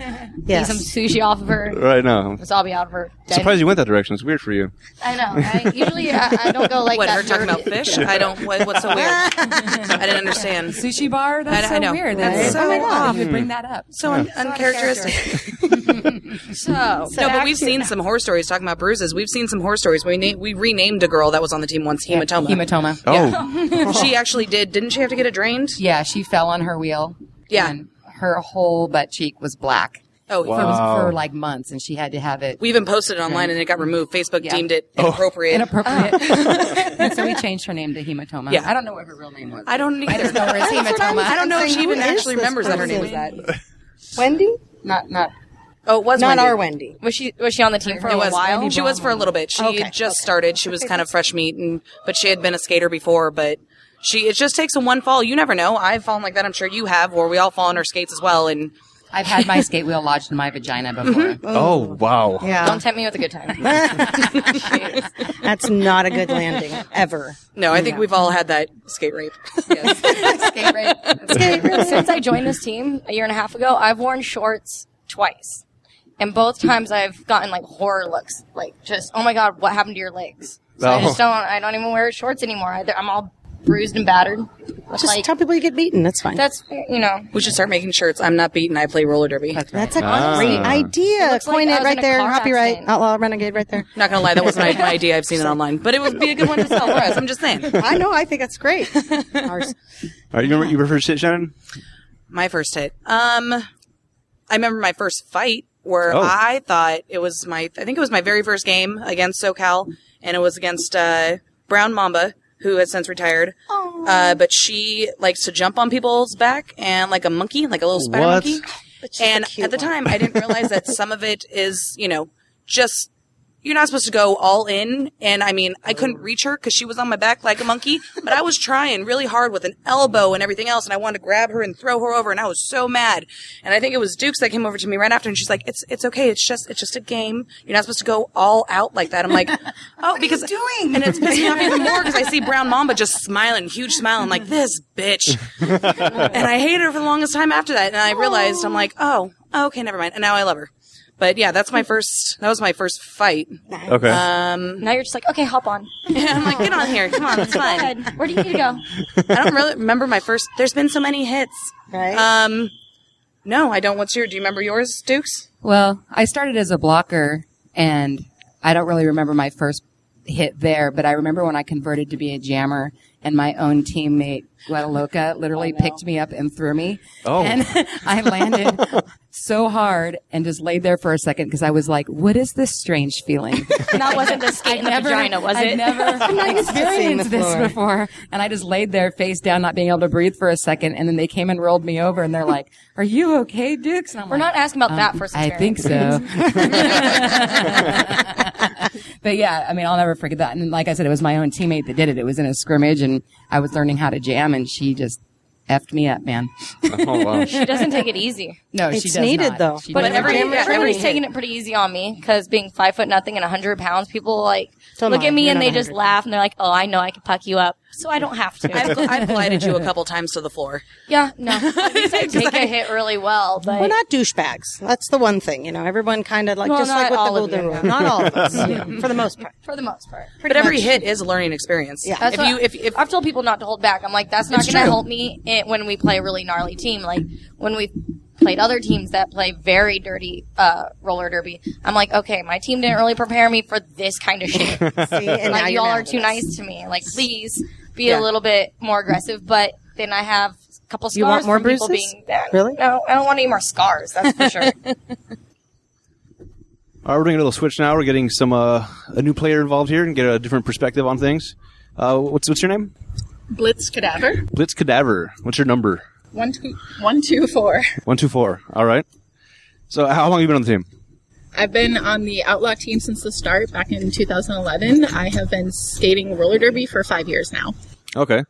[SPEAKER 7] Yes.
[SPEAKER 6] some sushi off of her,
[SPEAKER 5] Right now.
[SPEAKER 6] wasabi out of her. Dent.
[SPEAKER 5] Surprised you went that direction. It's weird for you.
[SPEAKER 6] I know. I, usually, I, I don't go like
[SPEAKER 9] What?
[SPEAKER 6] that.
[SPEAKER 9] Her talking about
[SPEAKER 6] dirty.
[SPEAKER 9] fish? I don't. What, what's so weird? I didn't understand.
[SPEAKER 8] Sushi bar? That's
[SPEAKER 9] I-
[SPEAKER 8] so
[SPEAKER 9] I know.
[SPEAKER 8] weird. That's
[SPEAKER 7] Right.
[SPEAKER 8] so
[SPEAKER 7] Right.
[SPEAKER 8] off. You would bring that up.
[SPEAKER 9] So un- uncharacteristic.
[SPEAKER 6] So,
[SPEAKER 9] No, but we've seen some horror stories talking about bruises. We've seen some horror stories. We na- we renamed a girl that was on the team once hematoma.
[SPEAKER 8] Hematoma.
[SPEAKER 5] Oh.
[SPEAKER 9] She actually did. Didn't she have to get it drained?
[SPEAKER 8] Yeah, she fell on her wheel.
[SPEAKER 9] Yeah.
[SPEAKER 8] And her whole butt cheek was black
[SPEAKER 9] Oh,
[SPEAKER 8] for,
[SPEAKER 5] Wow.
[SPEAKER 8] for like months, and she had to have it
[SPEAKER 9] we even posted it online and it got removed. Facebook
[SPEAKER 8] Yeah.
[SPEAKER 9] deemed it inappropriate.
[SPEAKER 8] inappropriate. and so we changed her name to Hematoma.
[SPEAKER 9] Oh. Yeah.
[SPEAKER 8] I don't know what her real name was.
[SPEAKER 9] I don't
[SPEAKER 8] I
[SPEAKER 9] either.
[SPEAKER 8] just know where it's Hematoma.
[SPEAKER 9] I don't know if
[SPEAKER 7] saying,
[SPEAKER 9] she even
[SPEAKER 7] who is
[SPEAKER 9] actually
[SPEAKER 7] this
[SPEAKER 9] remembers that her name was
[SPEAKER 7] person?
[SPEAKER 9] that.
[SPEAKER 7] Wendy,
[SPEAKER 8] Not, not.
[SPEAKER 9] Oh, it was
[SPEAKER 7] not
[SPEAKER 9] Wendy.
[SPEAKER 7] our Wendy.
[SPEAKER 6] was she was she on the team for
[SPEAKER 9] It
[SPEAKER 6] a
[SPEAKER 9] was.
[SPEAKER 6] while?
[SPEAKER 9] She was for a little bit. She
[SPEAKER 7] Okay,
[SPEAKER 9] had just started. She was kind of fresh meat, and but she had been a skater before. But she it just takes a one fall. You never know. I've fallen like that. I'm sure you have. Or we all fall on our skates as well. And Mm-hmm.
[SPEAKER 8] I've had my skate wheel lodged in my vagina before.
[SPEAKER 5] Oh, wow.
[SPEAKER 6] Don't tempt me with a good time.
[SPEAKER 7] That's not a good landing ever.
[SPEAKER 9] no, I think we've all had that skate rape.
[SPEAKER 8] Skate rape.
[SPEAKER 6] since I joined this team a year and a half ago, I've worn shorts twice. And both times I've gotten like horror looks, like just oh my god, what happened to your legs? So I
[SPEAKER 5] Oh.
[SPEAKER 6] just don't. I don't even wear shorts anymore. I, I'm all bruised and battered. Look
[SPEAKER 7] Just
[SPEAKER 6] like,
[SPEAKER 7] tell people you get beaten. That's fine.
[SPEAKER 6] that's you know.
[SPEAKER 9] We should start making shirts. I'm not beaten. I play roller derby.
[SPEAKER 7] That's a great idea.
[SPEAKER 6] looks like
[SPEAKER 7] Coin
[SPEAKER 6] I
[SPEAKER 7] it
[SPEAKER 6] was in
[SPEAKER 7] right
[SPEAKER 6] a
[SPEAKER 7] there.
[SPEAKER 6] car
[SPEAKER 7] Copyright.
[SPEAKER 6] accident.
[SPEAKER 7] Outlaw renegade right there.
[SPEAKER 9] Not gonna lie, that wasn't my idea. I've seen it online, but it would be a good one to sell for us. I'm just saying.
[SPEAKER 7] I know. I think that's great. Ours.
[SPEAKER 5] All right, you remember you referred to it, Shannon?
[SPEAKER 9] My first hit. Um, I remember my first fight where
[SPEAKER 5] Oh.
[SPEAKER 9] I thought it was my. I think it was my very first game against SoCal, and it was against uh, Brown Mamba, who has since retired. Uh, but she likes to jump on people's back and like a monkey, like a little spider
[SPEAKER 5] What?
[SPEAKER 9] monkey.
[SPEAKER 7] Oh, she's a
[SPEAKER 9] And
[SPEAKER 7] cute
[SPEAKER 9] at the
[SPEAKER 7] one.
[SPEAKER 9] time, I didn't realize that some of it is, you know, just you're not supposed to go all in. And I mean, I couldn't reach her because she was on my back like a monkey, but I was trying really hard with an elbow and everything else. And I wanted to grab her and throw her over. And I was so mad. And I think it was Dukes that came over to me right after. And she's like, it's, it's okay. It's just, it's just a game. You're not supposed to go all out like that. I'm like, oh, because doing. And it's pissing me off even more because I see Brown Mamba just smiling, huge smile. I'm like, this bitch and I hated her for the longest time after that. And I realized I'm like, oh, okay, never mind. And now I love her. But yeah, that's my first. That was my first fight. Um,
[SPEAKER 5] Okay.
[SPEAKER 6] Now you're just like, okay, hop on.
[SPEAKER 9] I'm like, get on here, come on, it's fine.
[SPEAKER 6] Good. Where do you need to go?
[SPEAKER 9] I don't really remember my first. There's been so many hits.
[SPEAKER 7] Right.
[SPEAKER 9] Um, no, I don't. What's your? Do you remember yours, Dukes?
[SPEAKER 8] Well, I started as a blocker, and I don't really remember my first hit there. But I remember when I converted to be a jammer and my own teammate, Guadaluca, literally picked me up and threw me.
[SPEAKER 5] Oh.
[SPEAKER 8] And I landed so hard and just laid there for a second because I was like, what is this strange feeling?
[SPEAKER 6] And that wasn't the skate in the vagina, was
[SPEAKER 8] I've
[SPEAKER 6] it?
[SPEAKER 8] never
[SPEAKER 7] the
[SPEAKER 8] experienced this
[SPEAKER 7] floor.
[SPEAKER 8] before. And I just laid there face down, not being able to breathe for a second. And then they came and rolled me over and they're like, are you okay, Dukes? And I'm
[SPEAKER 6] We're
[SPEAKER 8] like, "Um,
[SPEAKER 6] not asking about that first
[SPEAKER 8] I
[SPEAKER 6] experience.
[SPEAKER 8] think so. but yeah, I mean, I'll never forget that. And like I said, it was my own teammate that did it. It was in a scrimmage and I was learning how to jam and she just effed me up, man.
[SPEAKER 5] Oh, wow.
[SPEAKER 6] She doesn't take it easy.
[SPEAKER 8] No, she
[SPEAKER 7] It's
[SPEAKER 8] does
[SPEAKER 7] needed,
[SPEAKER 8] not.
[SPEAKER 7] though.
[SPEAKER 8] She
[SPEAKER 6] But
[SPEAKER 8] does not.
[SPEAKER 6] every,
[SPEAKER 7] Cameron
[SPEAKER 6] everybody's
[SPEAKER 7] Jordan.
[SPEAKER 6] taking it pretty easy on me because being five foot nothing and 100 pounds, people like
[SPEAKER 7] Don't
[SPEAKER 6] look
[SPEAKER 7] know.
[SPEAKER 6] at me
[SPEAKER 7] You're
[SPEAKER 6] and
[SPEAKER 7] not
[SPEAKER 6] they just
[SPEAKER 7] 100.
[SPEAKER 6] laugh and they're like, "Oh, I know I can puck you up, so I don't have to."
[SPEAKER 9] I've, I've glided you a couple times to the floor.
[SPEAKER 6] yeah, no, at least I take a hit really well, but
[SPEAKER 7] We're not douchebags. That's the one thing, you know. Everyone kind of like
[SPEAKER 6] Well,
[SPEAKER 7] just
[SPEAKER 6] not
[SPEAKER 7] like with
[SPEAKER 6] all
[SPEAKER 7] the
[SPEAKER 6] of
[SPEAKER 7] golden
[SPEAKER 6] you.
[SPEAKER 7] rule. Not all of us, for the most part.
[SPEAKER 6] for the most part.
[SPEAKER 9] But every hit is a learning experience.
[SPEAKER 7] Yeah.
[SPEAKER 6] That's
[SPEAKER 9] If
[SPEAKER 6] what-
[SPEAKER 9] you if, if
[SPEAKER 6] I've told people not to hold back. I'm like, that's not
[SPEAKER 8] It's
[SPEAKER 6] going to
[SPEAKER 8] true.
[SPEAKER 6] help me it, when we play a really gnarly team. Like when we played other teams that play very dirty uh, roller derby, I'm like, okay, my team didn't really prepare me for this kind of shit.
[SPEAKER 7] See, and now
[SPEAKER 6] like
[SPEAKER 7] you're
[SPEAKER 6] y'all
[SPEAKER 7] mad
[SPEAKER 6] are
[SPEAKER 7] at
[SPEAKER 6] too
[SPEAKER 7] us.
[SPEAKER 6] nice to me. Like please be
[SPEAKER 7] Yeah.
[SPEAKER 6] a little bit more aggressive. But then I have a couple scars.
[SPEAKER 7] You want more
[SPEAKER 6] from people
[SPEAKER 7] bruises?
[SPEAKER 6] Being bad.
[SPEAKER 7] Really?
[SPEAKER 6] No, I don't want any more scars. That's for sure.
[SPEAKER 5] All right, we're doing a little switch now. We're getting some uh, a new player involved here and get a different perspective on things. Uh, what's what's your name?
[SPEAKER 10] Blitz Cadaver.
[SPEAKER 5] Blitz Cadaver. What's your number?
[SPEAKER 10] One, two, one, two, four.
[SPEAKER 5] One two four. All right. So how long have you been on the team?
[SPEAKER 10] I've been on the Outlaw team since the start back in 2011. I have been skating roller derby for five years now.
[SPEAKER 5] Okay.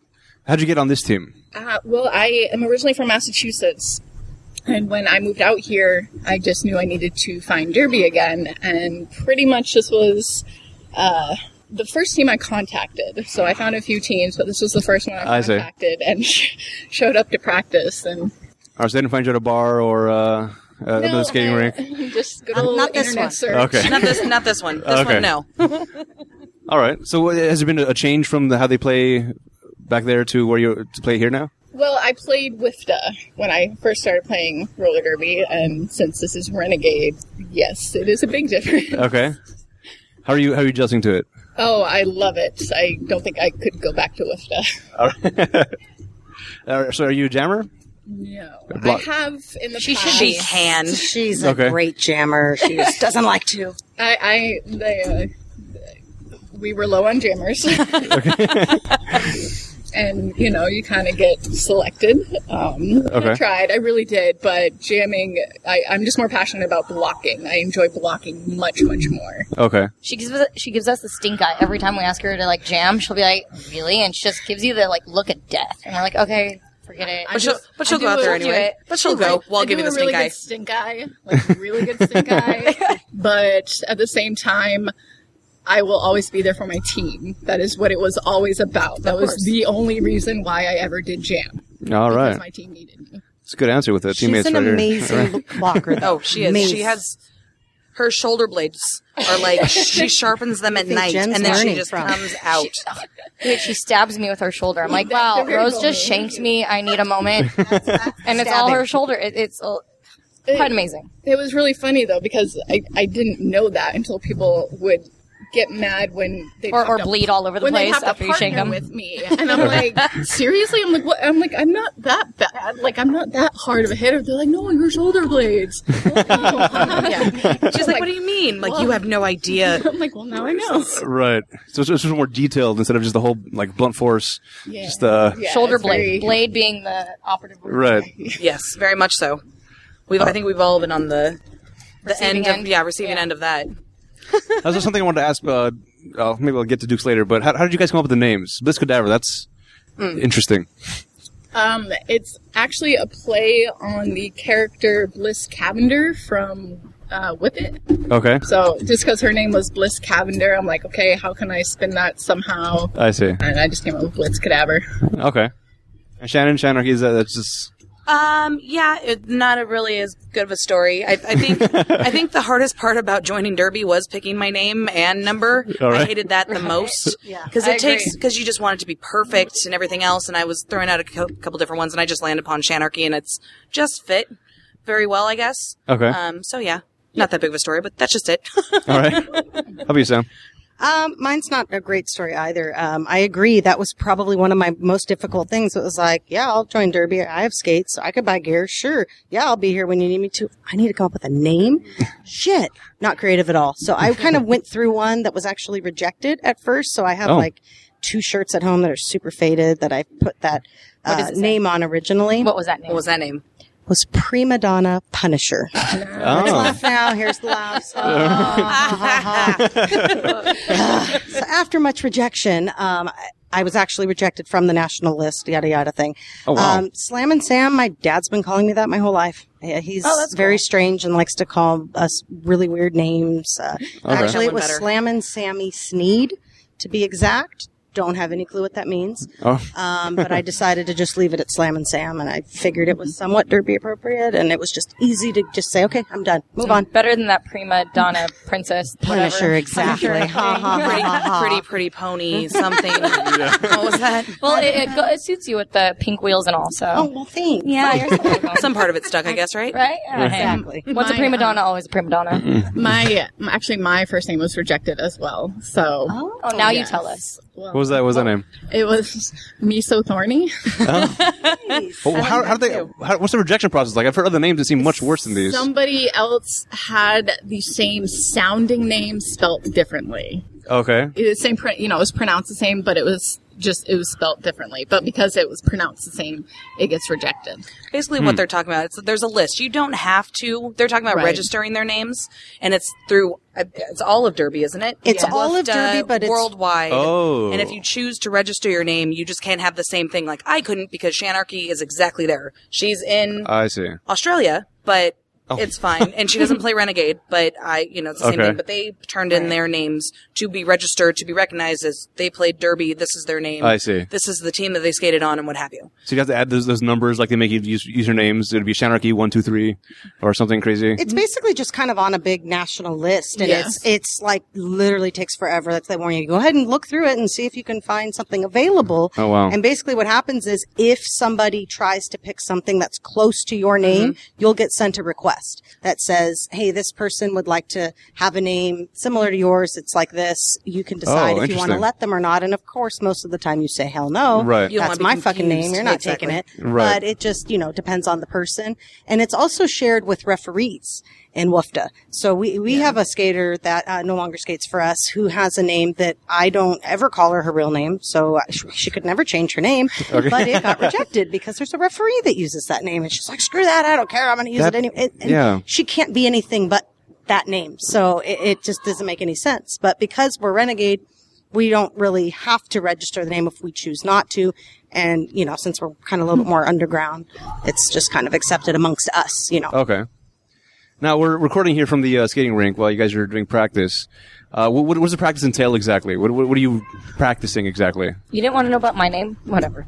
[SPEAKER 5] How'd you get on this team?
[SPEAKER 10] Uh, well, I am originally from Massachusetts. And when I moved out here, I just knew I needed to find Derby again. And pretty much this was uh, the first team I contacted. So I found a few teams, but this was the first one
[SPEAKER 5] I
[SPEAKER 10] I
[SPEAKER 5] see.
[SPEAKER 10] contacted and showed up to practice. And
[SPEAKER 5] Or so they didn't find you at a bar or uh, uh,
[SPEAKER 10] No,
[SPEAKER 5] the skating
[SPEAKER 10] I-
[SPEAKER 5] rink?
[SPEAKER 10] Just good old
[SPEAKER 7] not this
[SPEAKER 10] internet
[SPEAKER 7] one.
[SPEAKER 10] search.
[SPEAKER 5] Okay.
[SPEAKER 9] not this not this one. This
[SPEAKER 5] Okay.
[SPEAKER 9] one no.
[SPEAKER 5] All right. So uh, has there been a change from the, how they play back there to where you to play here now?
[SPEAKER 10] Well, I played WIFTA when I first started playing roller derby, and since this is Renegade, yes, it is a big difference.
[SPEAKER 5] Okay. How are you how are you adjusting to it?
[SPEAKER 10] Oh, I love it. I don't think I could go back to WIFTA.
[SPEAKER 5] Uh, so are you a jammer?
[SPEAKER 10] No,
[SPEAKER 5] Block.
[SPEAKER 10] I have in the
[SPEAKER 6] She should
[SPEAKER 10] past.
[SPEAKER 9] She can.
[SPEAKER 7] She's
[SPEAKER 5] Okay.
[SPEAKER 7] a great jammer. She just doesn't like to.
[SPEAKER 10] I, I they, uh, we were low on jammers. And you know, you kind of get selected. Um, and I
[SPEAKER 5] Okay.
[SPEAKER 10] tried, I really did, but jamming, I, I'm just more passionate about blocking. I enjoy blocking much, much more.
[SPEAKER 5] Okay.
[SPEAKER 6] She gives us, she gives us the stink eye every time we ask her to like jam. She'll be like, really, and she just gives you the like look of death, and we're like, okay, forget it.
[SPEAKER 10] I
[SPEAKER 9] But she'll
[SPEAKER 10] just-
[SPEAKER 9] but she'll
[SPEAKER 10] I
[SPEAKER 9] go out
[SPEAKER 10] do
[SPEAKER 9] there
[SPEAKER 10] it.
[SPEAKER 9] anyway. But she'll go while
[SPEAKER 10] I do
[SPEAKER 9] giving
[SPEAKER 10] a
[SPEAKER 9] the stink
[SPEAKER 10] really
[SPEAKER 9] eye.
[SPEAKER 10] good stink eye, like really good stink eye. But at the same time, I will always be there for my team. That is what it was always about. That was the only reason why I ever did jam.
[SPEAKER 5] All
[SPEAKER 10] because
[SPEAKER 5] right.
[SPEAKER 10] my team needed me.
[SPEAKER 5] It's a good answer with the
[SPEAKER 7] She's
[SPEAKER 5] teammates
[SPEAKER 7] an
[SPEAKER 5] right here.
[SPEAKER 7] amazing blocker. though.
[SPEAKER 9] Oh, she is.
[SPEAKER 7] Amazing.
[SPEAKER 9] She has her shoulder blades are like she sharpens them at
[SPEAKER 7] think
[SPEAKER 9] night,
[SPEAKER 7] Jen's
[SPEAKER 9] and then she
[SPEAKER 7] learning
[SPEAKER 9] just
[SPEAKER 7] from?
[SPEAKER 9] comes out.
[SPEAKER 6] Dude, she stabs me with her shoulder. I'm like, wow,
[SPEAKER 10] They're very
[SPEAKER 6] Rose
[SPEAKER 10] vulnerable.
[SPEAKER 6] just shanked me. I need a moment. and it's all her shoulder. It, it's uh, quite amazing.
[SPEAKER 10] It was really funny though because I, I didn't know that until people would get mad when they
[SPEAKER 6] Or- or bleed all over the place after you shake them.
[SPEAKER 10] with me and I'm like seriously I'm like what I'm like I'm not that bad like I'm not that hard of a hitter they're like no your shoulder blades Oh, yeah.
[SPEAKER 9] She's like, "What do you mean? Like you have no idea."
[SPEAKER 10] I'm like well now I know
[SPEAKER 5] Right. So it's, it's just more detailed instead of just the whole like blunt force.
[SPEAKER 10] Yeah.
[SPEAKER 5] Just uh.
[SPEAKER 10] Yeah,
[SPEAKER 6] shoulder
[SPEAKER 10] it's
[SPEAKER 6] blade.
[SPEAKER 10] very-
[SPEAKER 6] Blade being the operative word.
[SPEAKER 5] Right.
[SPEAKER 9] Yes, very much so. We've
[SPEAKER 5] Oh.
[SPEAKER 9] I think we've all been on the the
[SPEAKER 6] Receiving
[SPEAKER 9] end, of
[SPEAKER 6] end?
[SPEAKER 9] yeah receiving
[SPEAKER 6] Yeah.
[SPEAKER 9] end of that.
[SPEAKER 5] That's just something I wanted to ask. Uh, oh, maybe I'll get to Dukes later. But how, how did you guys come up with the names? Bliss Cadaver. That's
[SPEAKER 10] Hmm.
[SPEAKER 5] interesting.
[SPEAKER 10] Um, it's actually a play on the character Bliss Cavender from uh, Whippet.
[SPEAKER 5] Okay.
[SPEAKER 10] So just because her name was Bliss Cavender, I'm like, okay, how can I spin that somehow?
[SPEAKER 5] I see.
[SPEAKER 10] And I just came up with Blitz Cadaver.
[SPEAKER 5] Okay. And Shannon, Shannon, he's uh, that's just
[SPEAKER 9] Um, yeah, it, not a really as good of a story. I, I think I think the hardest part about joining Derby was picking my name and number.
[SPEAKER 5] All right.
[SPEAKER 9] I hated that the most because
[SPEAKER 10] I
[SPEAKER 9] it takes
[SPEAKER 10] agree.
[SPEAKER 9] because you just want it to be perfect and everything else. And I was throwing out a cou- couple different ones, and I just landed upon Shanarchy, and it's just fit very well, I guess.
[SPEAKER 5] okay.
[SPEAKER 9] Um, so yeah, not that big of a story, but that's just it.
[SPEAKER 5] All right. How about you, Sam?
[SPEAKER 7] Um, mine's not a great story either. Um, I agree. That was probably one of my most difficult things. It was like, yeah, I'll join Derby. I have skates. So I could buy gear. Sure. Yeah, I'll be here when you need me to. I need to come up with a name. Shit. Not creative at all. So I kind of went through one that was actually rejected at first. So I have
[SPEAKER 5] Oh.
[SPEAKER 7] like two shirts at home that are super faded that I put that
[SPEAKER 6] What
[SPEAKER 7] uh,
[SPEAKER 6] does it say?
[SPEAKER 7] name on originally.
[SPEAKER 6] What was that name?
[SPEAKER 9] What was that name?
[SPEAKER 7] was Prima Donna Punisher.
[SPEAKER 5] Oh.
[SPEAKER 7] Laugh now. Here's the laughs. Ah. so after much rejection, um, I- I was actually rejected from the national list, yada yada thing.
[SPEAKER 5] Oh, wow.
[SPEAKER 7] um, Slam and Sam, my dad's been calling me that my whole life. Yeah, he's very strange and likes to call us really weird names. Uh, Actually, it was
[SPEAKER 9] Better.
[SPEAKER 7] Slam and Sammy Sneed, to be exact. Don't have any clue what that means.
[SPEAKER 5] Oh.
[SPEAKER 7] Um, but I decided to just leave it at Slam and Sam, and I figured it was somewhat derby appropriate, and it was just easy to just say, okay, I'm done, move on.
[SPEAKER 6] Better than that prima donna princess. whatever.
[SPEAKER 7] Punisher, exactly.
[SPEAKER 6] Punisher.
[SPEAKER 7] Ha, ha,
[SPEAKER 9] Pretty,
[SPEAKER 7] ha, ha, ha.
[SPEAKER 9] pretty, pretty pony something. What was that?
[SPEAKER 6] Well, it, it, go, it suits you with the pink wheels and all. So
[SPEAKER 7] Oh, well, thanks.
[SPEAKER 6] yeah, you're so welcome.
[SPEAKER 9] Some part of it stuck, I guess, right?
[SPEAKER 6] right. Yeah,
[SPEAKER 7] Exactly.
[SPEAKER 6] hey. Once a prima donna, always a prima donna.
[SPEAKER 10] uh, My actually, my first name was rejected as well. So
[SPEAKER 6] Oh, now you
[SPEAKER 10] Yes.
[SPEAKER 6] tell us.
[SPEAKER 10] well,
[SPEAKER 5] What was that? What was that name?
[SPEAKER 10] It was me so thorny.
[SPEAKER 5] Oh, how, how did they? How, what's the rejection process like? I've heard other names that seem much worse than these.
[SPEAKER 10] Somebody else had the same sounding name spelt differently.
[SPEAKER 5] okay.
[SPEAKER 10] It was same print, you know, it was pronounced the same, but it was just it was spelt differently. But because it was pronounced the same, it gets rejected.
[SPEAKER 9] Basically,
[SPEAKER 5] Hmm.
[SPEAKER 9] what they're talking about. It's, there's a list. You don't have to. They're talking about
[SPEAKER 10] Right.
[SPEAKER 9] registering their names, and it's through. uh, It's all of Derby, isn't it?
[SPEAKER 7] It's all of
[SPEAKER 9] WFDA
[SPEAKER 7] Derby, but it's-
[SPEAKER 9] worldwide.
[SPEAKER 5] Oh.
[SPEAKER 9] and if you choose to register your name, you just can't have the same thing. Like I couldn't because Shanarchy is exactly there. She's in
[SPEAKER 5] I see.
[SPEAKER 9] Australia, but it's fine. And she doesn't play Renegade, but I, you know, it's the same
[SPEAKER 5] Oh. Okay.
[SPEAKER 9] thing. But they turned in their names to be registered, to be recognized as they played Derby. This is their name.
[SPEAKER 5] I see.
[SPEAKER 9] This is the team that they skated on and what have you.
[SPEAKER 5] So you have to add those, those numbers, like they make you use usernames. It'd be Shanarchy one two three, or something crazy.
[SPEAKER 7] It's basically just kind of on a big national list, and
[SPEAKER 10] Yes.
[SPEAKER 7] it's it's like literally takes forever. That's they warn you. Go ahead and look through it and see if you can find something available.
[SPEAKER 5] Oh, wow.
[SPEAKER 7] And basically, what happens is if somebody tries to pick something that's close to your name,
[SPEAKER 5] Mm-hmm.
[SPEAKER 7] you'll get sent a request that says, "Hey, this person would like to have a name similar to yours. It's like this. You can decide if you want to
[SPEAKER 5] Oh, interesting.
[SPEAKER 7] let them or not." And of course, most of the time, you say, "Hell no."
[SPEAKER 5] Right.
[SPEAKER 9] You don't
[SPEAKER 7] That's
[SPEAKER 9] wanna
[SPEAKER 7] my
[SPEAKER 9] be
[SPEAKER 7] fucking name.
[SPEAKER 9] confused.
[SPEAKER 7] You're not
[SPEAKER 9] Exactly.
[SPEAKER 7] taking it.
[SPEAKER 5] Right.
[SPEAKER 7] But it just, you know, depends on the person. And it's also shared with referees in WUFTA. So we, we have a skater that uh, no longer skates for us who has a name that I don't ever call her her real name. So I- she, she could never change her name. But it got rejected because there's a referee that uses that name. And she's like, screw that. I don't care. I'm going to use
[SPEAKER 5] That-
[SPEAKER 7] it anyway. And- and
[SPEAKER 5] yeah.
[SPEAKER 7] She can't be anything but that name. So it, it just doesn't make any sense. But because we're Renegade, we don't really have to register the name if we choose not to. And, you know, since we're kind of a little bit more underground, it's just kind of accepted amongst us, you know.
[SPEAKER 5] Okay. Now we're recording here from the uh, skating rink while you guys are doing practice. Uh, what, what does the practice entail exactly? What, what, what are you practicing exactly?
[SPEAKER 6] You didn't want to know about my name, whatever.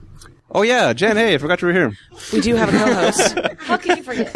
[SPEAKER 5] Oh yeah, Jen. Hey, I forgot you were here.
[SPEAKER 9] We do have a co host.
[SPEAKER 6] How could you forget?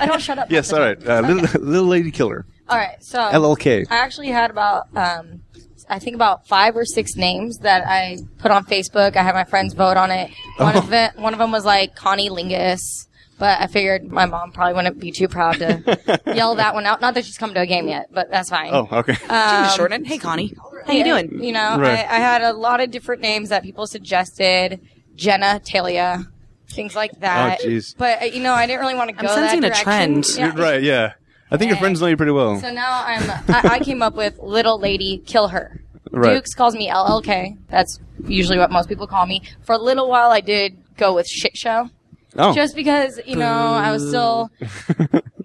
[SPEAKER 6] I don't shut up.
[SPEAKER 5] Yes. All right. Uh, little, little lady killer.
[SPEAKER 6] All right. So
[SPEAKER 5] LLK.
[SPEAKER 6] I actually had about um, I think about five or six names that I put on Facebook. I had my friends vote on it.
[SPEAKER 5] Oh.
[SPEAKER 6] One of it, one of them was like Connie Lingus, but I figured my mom probably wouldn't be too proud to yell that one out. Not that she's come to a game yet, but that's fine.
[SPEAKER 5] Oh, okay.
[SPEAKER 6] Uh,
[SPEAKER 9] Shorten. Hey, Connie. How you
[SPEAKER 6] Yeah,
[SPEAKER 9] doing?
[SPEAKER 6] Um, You know,
[SPEAKER 5] Right.
[SPEAKER 6] I, I had a lot of different names that people suggested. Jenna, Talia, things like that.
[SPEAKER 5] Oh, jeez.
[SPEAKER 6] But uh, you know, I didn't really want to go.
[SPEAKER 9] sensing a
[SPEAKER 6] that direction.
[SPEAKER 9] trend.
[SPEAKER 6] Yeah.
[SPEAKER 5] right. Yeah. I think your friends know you pretty well.
[SPEAKER 6] So now I'm. I, I came up with little lady, kill her.
[SPEAKER 5] Right.
[SPEAKER 6] Dukes calls me LLK. That's usually what most people call me. For a little while, I did go with shit show,
[SPEAKER 5] Oh.
[SPEAKER 6] just because you know I was still.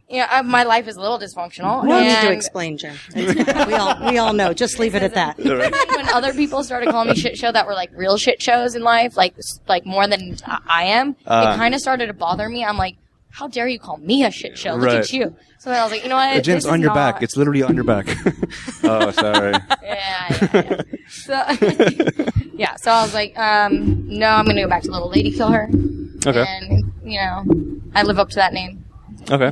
[SPEAKER 6] You know, I, my life is a little dysfunctional.
[SPEAKER 7] We don't need to
[SPEAKER 6] and-
[SPEAKER 7] explain, Jen. It's- we, all, we all know. Just leave it at that.
[SPEAKER 6] when other people started calling me shit show that were like real shit shows in life, like s- like more than I I am,
[SPEAKER 5] Ah.
[SPEAKER 6] it kind of started to bother me. I'm like, how dare you call me a shit show? Look at
[SPEAKER 5] Right.
[SPEAKER 6] you. So then I was like, you know what?
[SPEAKER 5] The Uh, Jen's
[SPEAKER 6] This is
[SPEAKER 5] on your
[SPEAKER 6] not-
[SPEAKER 5] back. It's literally on your back. oh, sorry.
[SPEAKER 6] yeah, yeah, yeah. So yeah, so I was like, um, no, I'm gonna go back to Little Lady Kill Her,
[SPEAKER 5] Okay.
[SPEAKER 6] and you know, I live up to that name.
[SPEAKER 5] Okay.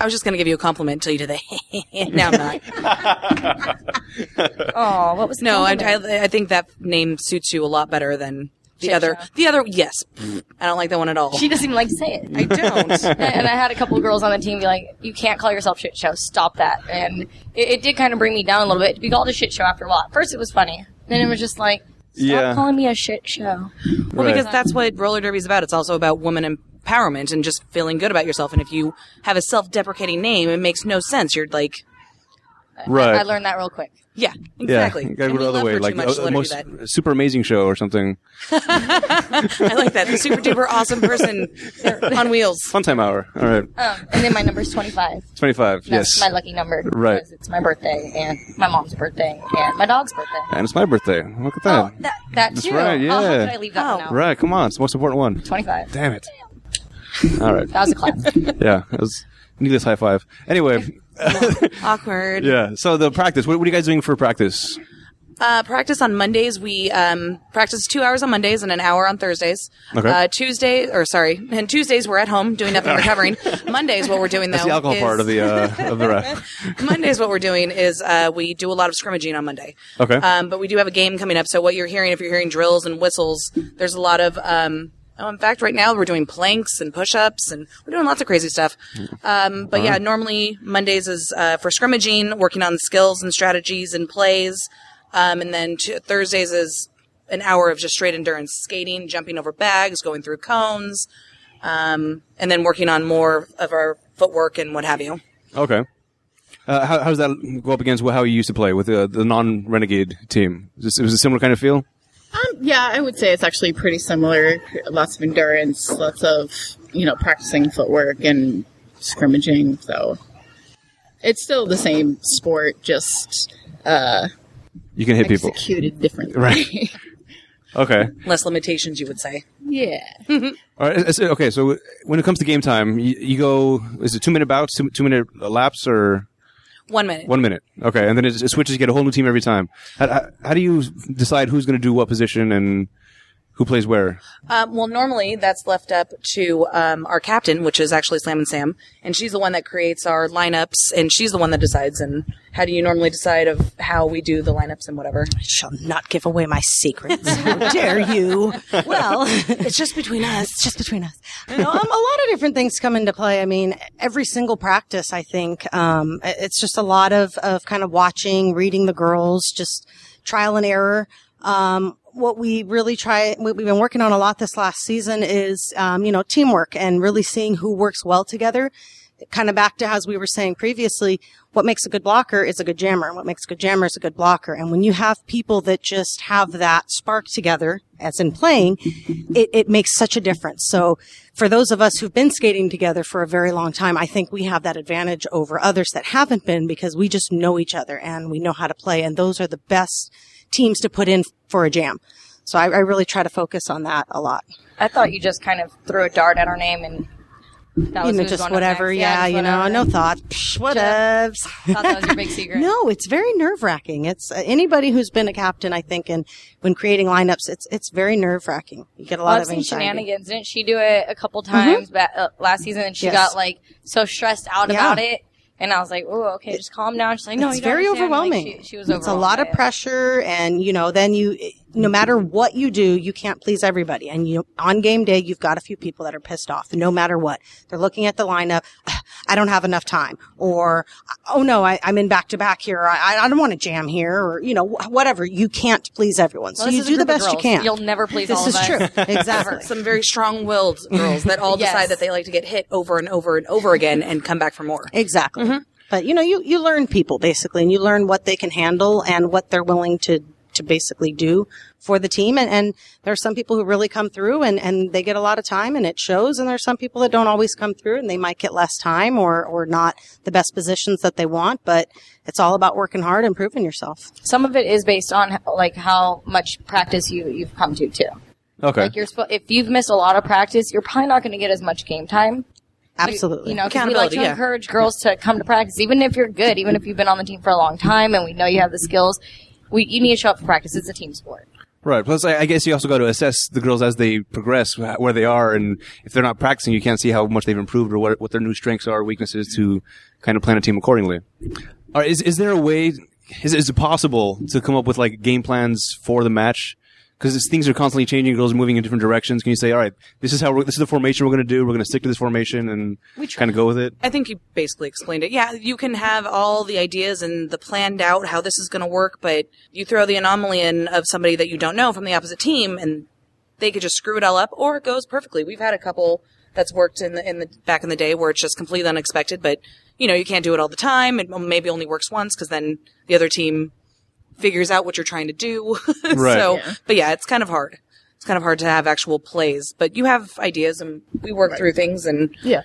[SPEAKER 9] I was just going to give you a compliment until you did the No, I'm not.
[SPEAKER 6] Oh, what was
[SPEAKER 9] No, I, I, I think that name suits you a lot better than The
[SPEAKER 6] Shit
[SPEAKER 9] other,
[SPEAKER 6] show.
[SPEAKER 9] the other, yes. I don't like that one at all.
[SPEAKER 6] She doesn't even like to say it.
[SPEAKER 9] I don't.
[SPEAKER 6] and I had a couple of girls on the team be like, "You can't call yourself shit show. Stop that." And it, it did kind of bring me down a little bit to be called a shit show after a while. At First, it was funny. Then it was just like, "Stop
[SPEAKER 5] Yeah.
[SPEAKER 6] calling me a shit show."
[SPEAKER 9] well,
[SPEAKER 5] Right.
[SPEAKER 9] because that's what roller derby is about. It's also about woman empowerment and just feeling good about yourself. And if you have a self-deprecating name, it makes no sense. You're like,
[SPEAKER 5] right.
[SPEAKER 6] I learned that real quick.
[SPEAKER 9] yeah,
[SPEAKER 5] yeah,
[SPEAKER 9] exactly.
[SPEAKER 5] You gotta go
[SPEAKER 9] And we
[SPEAKER 5] the other
[SPEAKER 9] love her
[SPEAKER 5] way,
[SPEAKER 9] too
[SPEAKER 5] like
[SPEAKER 9] much to
[SPEAKER 5] uh,
[SPEAKER 9] let her
[SPEAKER 5] most
[SPEAKER 9] do that.
[SPEAKER 5] super amazing show or something.
[SPEAKER 9] I like that. The super duper awesome person on wheels.
[SPEAKER 5] Fun time hour. All right,
[SPEAKER 6] Um, and then my number's twenty-five.
[SPEAKER 5] twenty-five.
[SPEAKER 6] That's
[SPEAKER 5] Uh, yes,
[SPEAKER 6] my lucky number.
[SPEAKER 5] Right.
[SPEAKER 6] because It's my birthday and my mom's birthday and my dog's birthday.
[SPEAKER 5] and it's my birthday. Look at that.
[SPEAKER 6] Oh, that, that
[SPEAKER 5] That's
[SPEAKER 6] too.
[SPEAKER 5] right,
[SPEAKER 6] Oh, how
[SPEAKER 5] yeah.
[SPEAKER 6] could I leave that one out?
[SPEAKER 5] Right, come on. It's the most important one.
[SPEAKER 6] 25.
[SPEAKER 5] Damn it. All right.
[SPEAKER 6] That was a class.
[SPEAKER 5] Yeah. It was needless high five. Anyway.
[SPEAKER 9] Awkward.
[SPEAKER 5] Yeah. So the practice. What, what are you guys doing for practice?
[SPEAKER 9] Uh, practice on Mondays. We um, practice two hours on Mondays and an hour on Thursdays.
[SPEAKER 5] Okay.
[SPEAKER 9] Uh, Tuesday, or sorry, and Tuesdays we're at home doing nothing, recovering. Mondays, what we're doing though,
[SPEAKER 5] That's the alcohol
[SPEAKER 9] is,
[SPEAKER 5] part of the uh, of the ref.
[SPEAKER 9] Mondays, what we're doing is uh, we do a lot of scrimmaging on Monday.
[SPEAKER 5] Okay.
[SPEAKER 9] Um, but we do have a game coming up. So what you're hearing, if you're hearing drills and whistles, there's a lot of. Um, oh, in fact, right now we're doing planks and push-ups, and we're doing lots of crazy stuff. Um, but yeah, normally Mondays is uh, for scrimmaging, working on skills and strategies and plays, um, and then t- Thursdays is an hour of just straight endurance skating, jumping over bags, going through cones, um, and then working on more of our footwork and what have you.
[SPEAKER 5] Okay. Uh, how, how does that go up against wh- how you used to play with uh, the non-renegade team? Is this- It was a similar kind of feel.
[SPEAKER 10] Um, yeah, I would say it's actually pretty similar. Lots of endurance, lots of you know practicing footwork and scrimmaging. So it's still the same sport, just uh,
[SPEAKER 5] You can hit people.
[SPEAKER 10] executed differently.
[SPEAKER 5] Right. Okay.
[SPEAKER 9] Less limitations, you would say.
[SPEAKER 10] yeah.
[SPEAKER 5] All right. so- Okay. So when it comes to game time, you, you go. Is it two minute bouts, two, two minute laps, or
[SPEAKER 9] One minute.
[SPEAKER 5] one minute? Okay. And then it, it switches. You get a whole new team every time. How, how, how do you decide who's going to do what position and who plays where?
[SPEAKER 9] Um, well, normally that's left up to um, our captain, which is actually Slam and Sam, and she's the one that creates our lineups, and she's the one that decides. And how do you normally decide of how we do the lineups and whatever?
[SPEAKER 7] Shall not give away my secrets. How dare you? Well,
[SPEAKER 9] It's just between us.
[SPEAKER 7] it's just between us. No, um, a lot of different things come into play. I mean, every single practice, I think, um, i- it's just a lot of, of kind of watching, reading the girls, just trial and error. Um, what we really try, what we've been working on a lot this last season is, um, you know, teamwork and really seeing who works well together. Kind of back to as we were saying previously, what makes a good blocker is a good jammer, and what makes a good jammer is a good blocker. And when you have people that just have that spark together, as in playing, it, it makes such a difference. So for those of us who've been skating together for a very long time, I think we have that advantage over others that haven't been because we just know each other and we know how to play. And those are the best teams to put in for a jam. So I, I really try to focus on that a lot.
[SPEAKER 6] I thought you just kind of threw a dart at our name and that was
[SPEAKER 7] You know,
[SPEAKER 6] who's
[SPEAKER 7] just
[SPEAKER 6] going up
[SPEAKER 7] whatever.
[SPEAKER 6] next.
[SPEAKER 7] Yeah,
[SPEAKER 6] just
[SPEAKER 7] you know,
[SPEAKER 6] whatever.
[SPEAKER 7] no thought. Psh, whatevs.
[SPEAKER 6] thought that was your big secret.
[SPEAKER 7] No, it's very nerve wracking. It's uh, anybody who's been a captain, I think, and when creating lineups, it's it's very nerve wracking. You get a lot
[SPEAKER 6] Well, I've
[SPEAKER 7] of
[SPEAKER 6] seen
[SPEAKER 7] anxiety. Mm-hmm.
[SPEAKER 6] shenanigans. Didn't she do it a couple times ba- uh, last season? And she
[SPEAKER 7] Yes.
[SPEAKER 6] got like so stressed out
[SPEAKER 7] Yeah.
[SPEAKER 6] about it. And I was like, "Oh, okay, just calm down." She's like, "No,
[SPEAKER 7] it's
[SPEAKER 6] you don't
[SPEAKER 7] very
[SPEAKER 6] understand." Like,
[SPEAKER 7] overwhelming.
[SPEAKER 6] she, she was overwhelmed.
[SPEAKER 7] It's a lot
[SPEAKER 6] by
[SPEAKER 7] of
[SPEAKER 6] it.
[SPEAKER 7] pressure, and you know, then you, no matter what you do, you can't please everybody. And you, on game day, you've got a few people that are pissed off. No matter what, they're looking at the lineup. "Ugh, I don't have enough time, or oh no, I, I'm in back to back here. I, I don't want to jam here, or you know, wh- whatever. You can't please everyone,
[SPEAKER 6] Well,
[SPEAKER 7] so
[SPEAKER 6] this
[SPEAKER 7] you
[SPEAKER 6] is a
[SPEAKER 7] do the
[SPEAKER 6] group of
[SPEAKER 7] best you
[SPEAKER 6] girls.
[SPEAKER 7] can.
[SPEAKER 6] You'll never please
[SPEAKER 7] this
[SPEAKER 6] all
[SPEAKER 7] is
[SPEAKER 6] of us.
[SPEAKER 7] true, exactly.
[SPEAKER 9] Some very strong-willed girls that all
[SPEAKER 6] Yes.
[SPEAKER 9] decide that they like to get hit over and over and over again and come back for more.
[SPEAKER 7] Exactly. But you know, you, you learn people basically and you learn what they can handle and what they're willing to, to basically do for the team. And, and there are some people who really come through and, and they get a lot of time and it shows. And there are some people that don't always come through and they might get less time or, or not the best positions that they want. But it's all about working hard and proving yourself.
[SPEAKER 6] Some of it is based on like how much practice you you've come to too.
[SPEAKER 5] Okay.
[SPEAKER 6] Like you're spo- if you've missed a lot of practice, you're probably not going to get as much game time.
[SPEAKER 7] Absolutely.
[SPEAKER 6] You know, 'cause we like
[SPEAKER 9] Accountability,
[SPEAKER 6] to
[SPEAKER 9] yeah.
[SPEAKER 6] encourage girls to come to practice, even if you're good, even if you've been on the team for a long time, and we know you have the skills. We, you need to show up for practice. It's a team sport.
[SPEAKER 5] Right. Plus, I, I guess you also got to assess the girls as they progress, wh- where they are, and if they're not practicing, you can't see how much they've improved or what, what their new strengths are, weaknesses, to kind of plan a team accordingly. All right, is is there a way? Is is it possible to come up with like game plans for the match? because things are constantly changing. Girls are moving in different directions. Can you say, all right, this is how we're, this is the formation we're going to do. We're going to stick to this formation and kind of go with it.
[SPEAKER 9] I think you basically explained it. Yeah, you can have all the ideas and the planned out how this is going to work, but you throw the anomaly in of somebody that you don't know from the opposite team, and they could just screw it all up, or it goes perfectly. We've had a couple that's worked in the in the back in the day where it's just completely unexpected, but you know you can't do it all the time. It maybe only works once because then the other team figures out what you're trying to do.
[SPEAKER 5] Right.
[SPEAKER 9] So, but yeah, it's kind of hard. It's kind of hard to have actual plays, but you have ideas, and we work through things and
[SPEAKER 10] Yeah.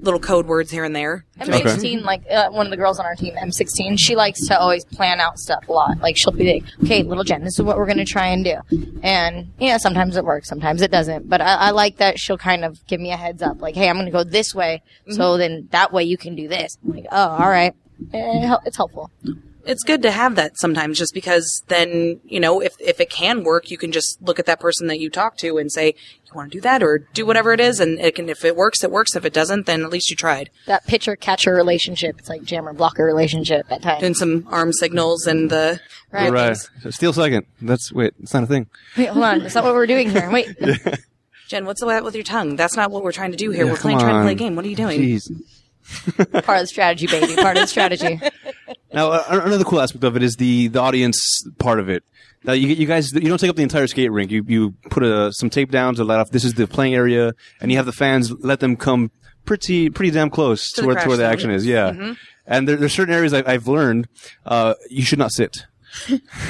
[SPEAKER 9] little code words here and there.
[SPEAKER 6] I'm 16, like uh, one of the girls on our team, M16. She likes to always plan out stuff a lot. Like she'll be like, "Okay, little Jen, this is what we're gonna try and do," and yeah, sometimes it works, sometimes it doesn't. But I, I like that she'll kind of give me a heads up, like, "Hey, I'm gonna go this way,
[SPEAKER 9] Mm-hmm.
[SPEAKER 6] so then that way you can do this." I'm like, "Oh, all right." Eh, hel- it's helpful.
[SPEAKER 9] it's good to have that sometimes just because then you know if if it can work you can just look at that person that you talk to and say you want to do that or do whatever it is and it can if it works it works if it doesn't then at least you tried
[SPEAKER 6] That pitcher catcher relationship, it's like jammer blocker relationship at times.
[SPEAKER 9] doing some arm signals and the
[SPEAKER 6] Right.
[SPEAKER 5] Steal second. That's wait. It's not a thing.
[SPEAKER 6] Wait, hold on. That's not what we're doing here. Wait.
[SPEAKER 9] Jen what's the way with your tongue that's not what we're trying to do here
[SPEAKER 5] Yeah,
[SPEAKER 9] we're playing
[SPEAKER 5] come
[SPEAKER 9] trying to play a
[SPEAKER 5] on.
[SPEAKER 9] game what are you doing
[SPEAKER 5] Jeez.
[SPEAKER 6] Part of the strategy, baby. Part of the strategy.
[SPEAKER 5] Now, uh, another cool aspect of it is the, the audience part of it. Now, you, you guys, you don't take up the entire skate rink. You, you put uh some tape down to let off, this is the playing area, and you have the fans let them come pretty, pretty damn close to,
[SPEAKER 9] the
[SPEAKER 5] where, to
[SPEAKER 9] crash
[SPEAKER 5] where the
[SPEAKER 9] zone. Mm-hmm.
[SPEAKER 5] action is. Yeah. And there, there's certain areas I, I've learned, uh, you should not sit.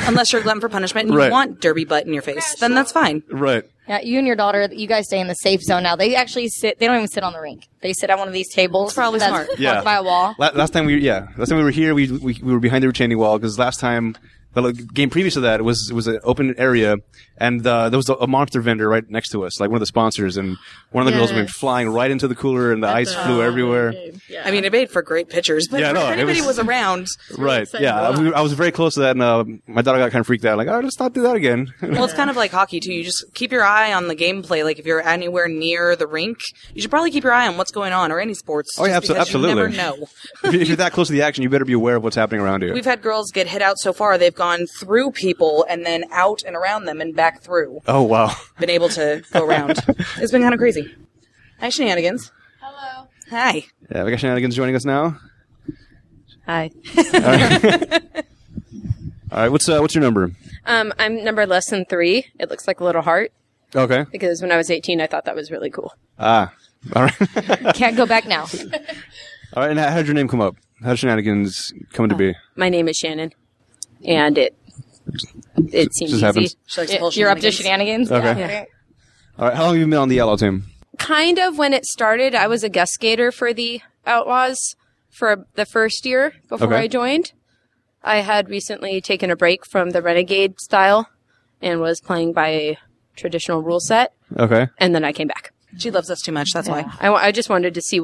[SPEAKER 9] unless you're glutton for punishment and
[SPEAKER 5] Right.
[SPEAKER 9] you want derby butt in your face then that's fine
[SPEAKER 5] Right.
[SPEAKER 6] Yeah, you and your daughter, you guys stay in the safe zone now. They actually sit. They don't even sit on the rink. They sit on one of these tables.
[SPEAKER 9] probably
[SPEAKER 6] that's
[SPEAKER 9] smart.
[SPEAKER 6] marked
[SPEAKER 5] Yeah.
[SPEAKER 6] by a wall.
[SPEAKER 5] La- last time we, yeah, last time we were here, we we, we were behind the retaining wall because last time the like, game previous to that was was an open area and uh, there was a, a monster vendor right next to us, like one of the sponsors, and one of the girls went
[SPEAKER 10] Yes.
[SPEAKER 5] flying right into the cooler and the ice flew everywhere.
[SPEAKER 10] Yeah.
[SPEAKER 9] I mean it made for great pictures but
[SPEAKER 5] Yeah,
[SPEAKER 9] if
[SPEAKER 5] no, it
[SPEAKER 9] anybody
[SPEAKER 5] was-
[SPEAKER 9] was, around
[SPEAKER 5] Right?
[SPEAKER 10] exciting.
[SPEAKER 5] Yeah,
[SPEAKER 10] Wow.
[SPEAKER 5] we, I was very close to that, and uh, my daughter got kind of freaked out, like, "Oh, let's not do that again."
[SPEAKER 9] Well, it's kind of like hockey too. You just keep your eye on the gameplay. Like if you're anywhere near the rink, you should probably keep your eye on what's going on or any sports.
[SPEAKER 5] Oh, yeah,
[SPEAKER 9] just
[SPEAKER 5] abso-
[SPEAKER 9] because You never
[SPEAKER 5] absolutely.
[SPEAKER 9] know.
[SPEAKER 5] if you- if you're that close to the action, you better be aware of what's happening around you.
[SPEAKER 9] We've had girls get hit out so far. They've gone through people and then out and around them and back through.
[SPEAKER 5] oh wow.
[SPEAKER 9] Been able to go around. it's been kind of crazy. Hi, shenanigans.
[SPEAKER 10] Hello.
[SPEAKER 9] Hi.
[SPEAKER 5] Yeah, we got shenanigans joining us now.
[SPEAKER 11] Hi.
[SPEAKER 5] All right, what's uh, what's your number?
[SPEAKER 11] Um, I'm number less than three. It looks like a little heart
[SPEAKER 5] Okay.
[SPEAKER 11] because when I was 18, I thought that was really cool.
[SPEAKER 5] Ah. All right.
[SPEAKER 6] Can't go back now.
[SPEAKER 5] All right, and how how did your name come up? How did shenanigans come to be?
[SPEAKER 11] My name is Shannon, and it it
[SPEAKER 5] just
[SPEAKER 11] seems easy.
[SPEAKER 5] happens.
[SPEAKER 9] She likes to
[SPEAKER 11] Yeah,
[SPEAKER 9] pull
[SPEAKER 6] You're up to
[SPEAKER 9] shenanigans.
[SPEAKER 6] shenanigans.
[SPEAKER 5] Okay.
[SPEAKER 6] Yeah.
[SPEAKER 5] All right, how long have you been on the yellow team?
[SPEAKER 11] Kind of when it started, I was a guest skater for the Outlaws for the first year before
[SPEAKER 5] Okay.
[SPEAKER 11] I joined. I had recently taken a break from the renegade style and was playing by a traditional rule set,
[SPEAKER 5] Okay.
[SPEAKER 11] and then I came back.
[SPEAKER 9] She loves us too much. That's why.
[SPEAKER 11] I, wa- I just wanted to see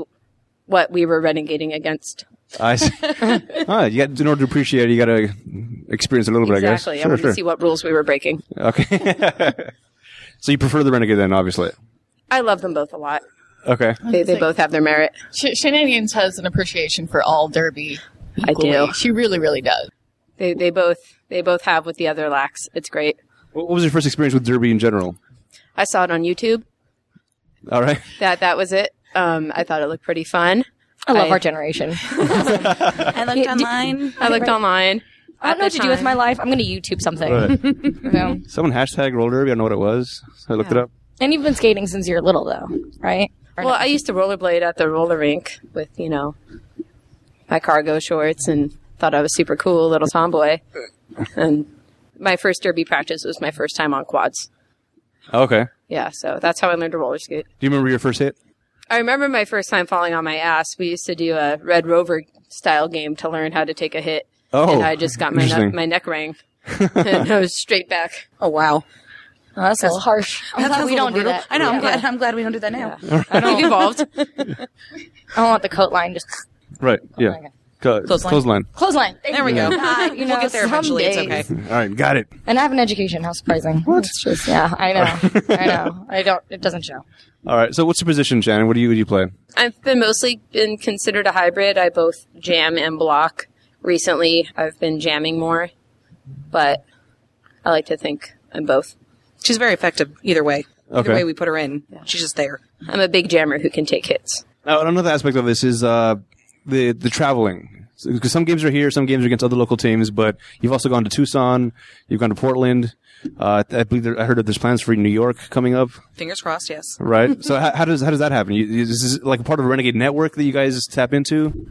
[SPEAKER 11] what we were renegading against.
[SPEAKER 5] I see. All right, you got, in order to appreciate it, you got to experience a little bit,
[SPEAKER 11] exactly.
[SPEAKER 5] I
[SPEAKER 11] I
[SPEAKER 5] guess.
[SPEAKER 11] wanted to see what rules we were breaking.
[SPEAKER 5] Okay. so you prefer the Renegade then, obviously.
[SPEAKER 11] I love them both a lot.
[SPEAKER 5] Okay.
[SPEAKER 11] They, they both have their merit.
[SPEAKER 10] Sh- Shenanigans has an appreciation for all derby. equally.
[SPEAKER 11] do.
[SPEAKER 10] She really, really does.
[SPEAKER 11] They they both they both have what the other lacks. It's great.
[SPEAKER 5] What what was your first experience with Derby in general?
[SPEAKER 11] I saw it on YouTube.
[SPEAKER 5] All right.
[SPEAKER 11] That that was it. Um, I thought it looked pretty fun.
[SPEAKER 6] I love
[SPEAKER 11] I-
[SPEAKER 6] our generation.
[SPEAKER 9] I looked online.
[SPEAKER 11] I looked online.
[SPEAKER 6] I don't know what to do with my life. I'm going to YouTube something. So-
[SPEAKER 5] Someone hashtag roll derby. I don't know what it was. So I looked it up.
[SPEAKER 6] And you've been skating since you were little, though, right? Or
[SPEAKER 11] Well,
[SPEAKER 6] no?
[SPEAKER 11] I used to rollerblade at the roller rink with you know my cargo shorts and thought I was super cool, little tomboy. And my first derby practice was my first time on quads.
[SPEAKER 5] Okay.
[SPEAKER 11] Yeah, so that's how I learned to roller skate.
[SPEAKER 5] Do you remember your first hit?
[SPEAKER 11] I remember my first time falling on my ass. We used to do a Red Rover style game to learn how to take a hit.
[SPEAKER 5] Oh,
[SPEAKER 11] and I just got my
[SPEAKER 5] interesting.
[SPEAKER 11] neck, my neck rang, and I was straight back.
[SPEAKER 9] Oh wow.
[SPEAKER 6] Oh, that's a little harsh. I'm glad
[SPEAKER 9] Sounds
[SPEAKER 6] we
[SPEAKER 9] a little
[SPEAKER 6] don't do
[SPEAKER 9] brutal.
[SPEAKER 6] that.
[SPEAKER 9] I know. I'm glad. I'm glad we don't do that now.
[SPEAKER 11] I We've evolved.
[SPEAKER 6] I don't want the coat line. Just
[SPEAKER 5] Right. Yeah.
[SPEAKER 6] Okay.
[SPEAKER 5] Co-
[SPEAKER 9] Clothesline.
[SPEAKER 5] Clothesline.
[SPEAKER 6] clothesline. Thank
[SPEAKER 9] There we
[SPEAKER 6] you.
[SPEAKER 9] go.
[SPEAKER 6] God, you know,
[SPEAKER 9] we'll get there
[SPEAKER 6] some
[SPEAKER 9] eventually. It's
[SPEAKER 6] days.
[SPEAKER 9] okay.
[SPEAKER 5] All right. Got it.
[SPEAKER 6] And I have an education. How surprising. What? It's just, yeah, I know. I know. I don't, it doesn't show.
[SPEAKER 5] All right. So what's your position, Shannon? What do you what do you play?
[SPEAKER 11] I've been mostly been considered a hybrid. I both jam and block. Recently, I've been jamming more, but I like to think I'm both.
[SPEAKER 9] She's very effective either way.
[SPEAKER 5] Okay.
[SPEAKER 9] Either way we put her in, she's just there.
[SPEAKER 11] I'm a big jammer who can take hits.
[SPEAKER 5] Now, another aspect of this is uh, the the traveling. Because some games are here, some games are against other local teams, but you've also gone to Tucson, you've gone to Portland. Uh, I believe there, I heard that there's plans for New York coming up,
[SPEAKER 9] Fingers crossed, yes.
[SPEAKER 5] right? so how, how does how does that happen? You, you- is this like a part of a renegade network that you guys tap into?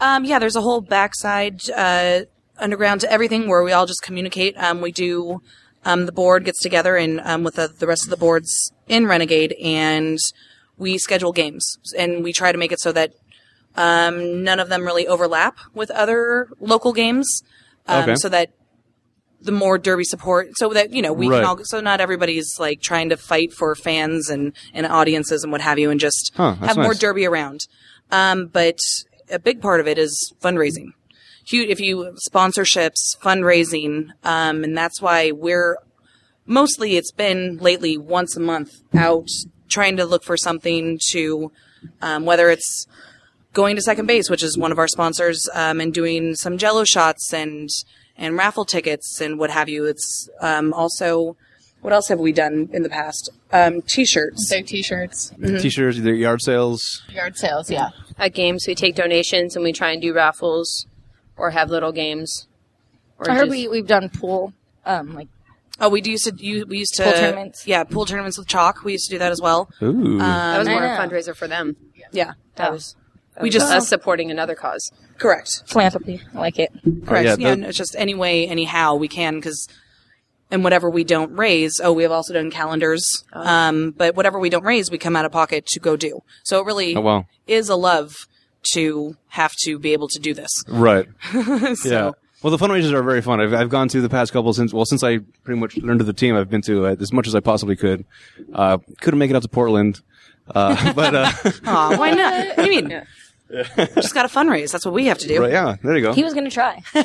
[SPEAKER 9] Um, yeah, there's a whole backside uh, underground to everything where we all just communicate. Um, we do um, the board gets together and um, with the, the rest of the boards in Renegade, and we schedule games and we try to make it so that um, none of them really overlap with other local games, um,
[SPEAKER 12] Okay.
[SPEAKER 9] so that the more derby support so that you know we
[SPEAKER 12] Right.
[SPEAKER 9] can all so not everybody's like trying to fight for fans and, and audiences and what have you and just
[SPEAKER 12] Huh, that's
[SPEAKER 9] have more
[SPEAKER 12] nice.
[SPEAKER 9] derby around um, but a big part of it is fundraising huge if you sponsorships fundraising um, and that's why we're mostly it's been lately once a month out trying to look for something to um, whether it's going to second base which is one of our sponsors um, and doing some jello shots and and raffle tickets and what have you it's um, also what else have we done in the past um, t-shirts
[SPEAKER 10] so t-shirts
[SPEAKER 5] Mm-hmm.
[SPEAKER 9] Mm-hmm.
[SPEAKER 5] T-shirts, either yard sales.
[SPEAKER 10] Yard sales, yeah.
[SPEAKER 11] At games, we take donations and we try and do raffles or have little games. Or
[SPEAKER 6] I heard
[SPEAKER 11] just-
[SPEAKER 6] we, we've done pool, um, like
[SPEAKER 9] oh we do used to you, we used to
[SPEAKER 6] Pool tournaments.
[SPEAKER 9] yeah pool tournaments with chalk we used to do that as well
[SPEAKER 5] Ooh.
[SPEAKER 11] that was
[SPEAKER 9] I
[SPEAKER 11] more a
[SPEAKER 9] know.
[SPEAKER 11] fundraiser for them.
[SPEAKER 9] Yeah,
[SPEAKER 6] Oh.
[SPEAKER 11] that was. that
[SPEAKER 9] We
[SPEAKER 11] was
[SPEAKER 9] just-
[SPEAKER 11] us supporting another cause.
[SPEAKER 9] Correct.
[SPEAKER 6] Philanthropy. I like it.
[SPEAKER 5] Oh,
[SPEAKER 9] Correct.
[SPEAKER 11] yeah,
[SPEAKER 9] yeah,
[SPEAKER 11] that-
[SPEAKER 9] no, it's just any way, anyhow we can because, and whatever we don't raise, oh, we have also done calendars.
[SPEAKER 11] Oh.
[SPEAKER 9] Um, but whatever we don't raise, we come out of pocket to go do. So it really
[SPEAKER 5] Oh, wow.
[SPEAKER 9] is a love to have to be able to do this.
[SPEAKER 5] Right.
[SPEAKER 9] So-
[SPEAKER 5] Yeah. Well, the fundraisers are very fun. I've, I've gone to the past couple since, well, since I pretty much learned of the team, I've been to uh, as much as I possibly could. Uh, couldn't make it out to Portland. Uh, but, uh,
[SPEAKER 9] Aw, why not? What do you mean? Just got to fundraise. That's what we have to do.
[SPEAKER 5] Right, yeah. There you go.
[SPEAKER 6] He was going to try. No,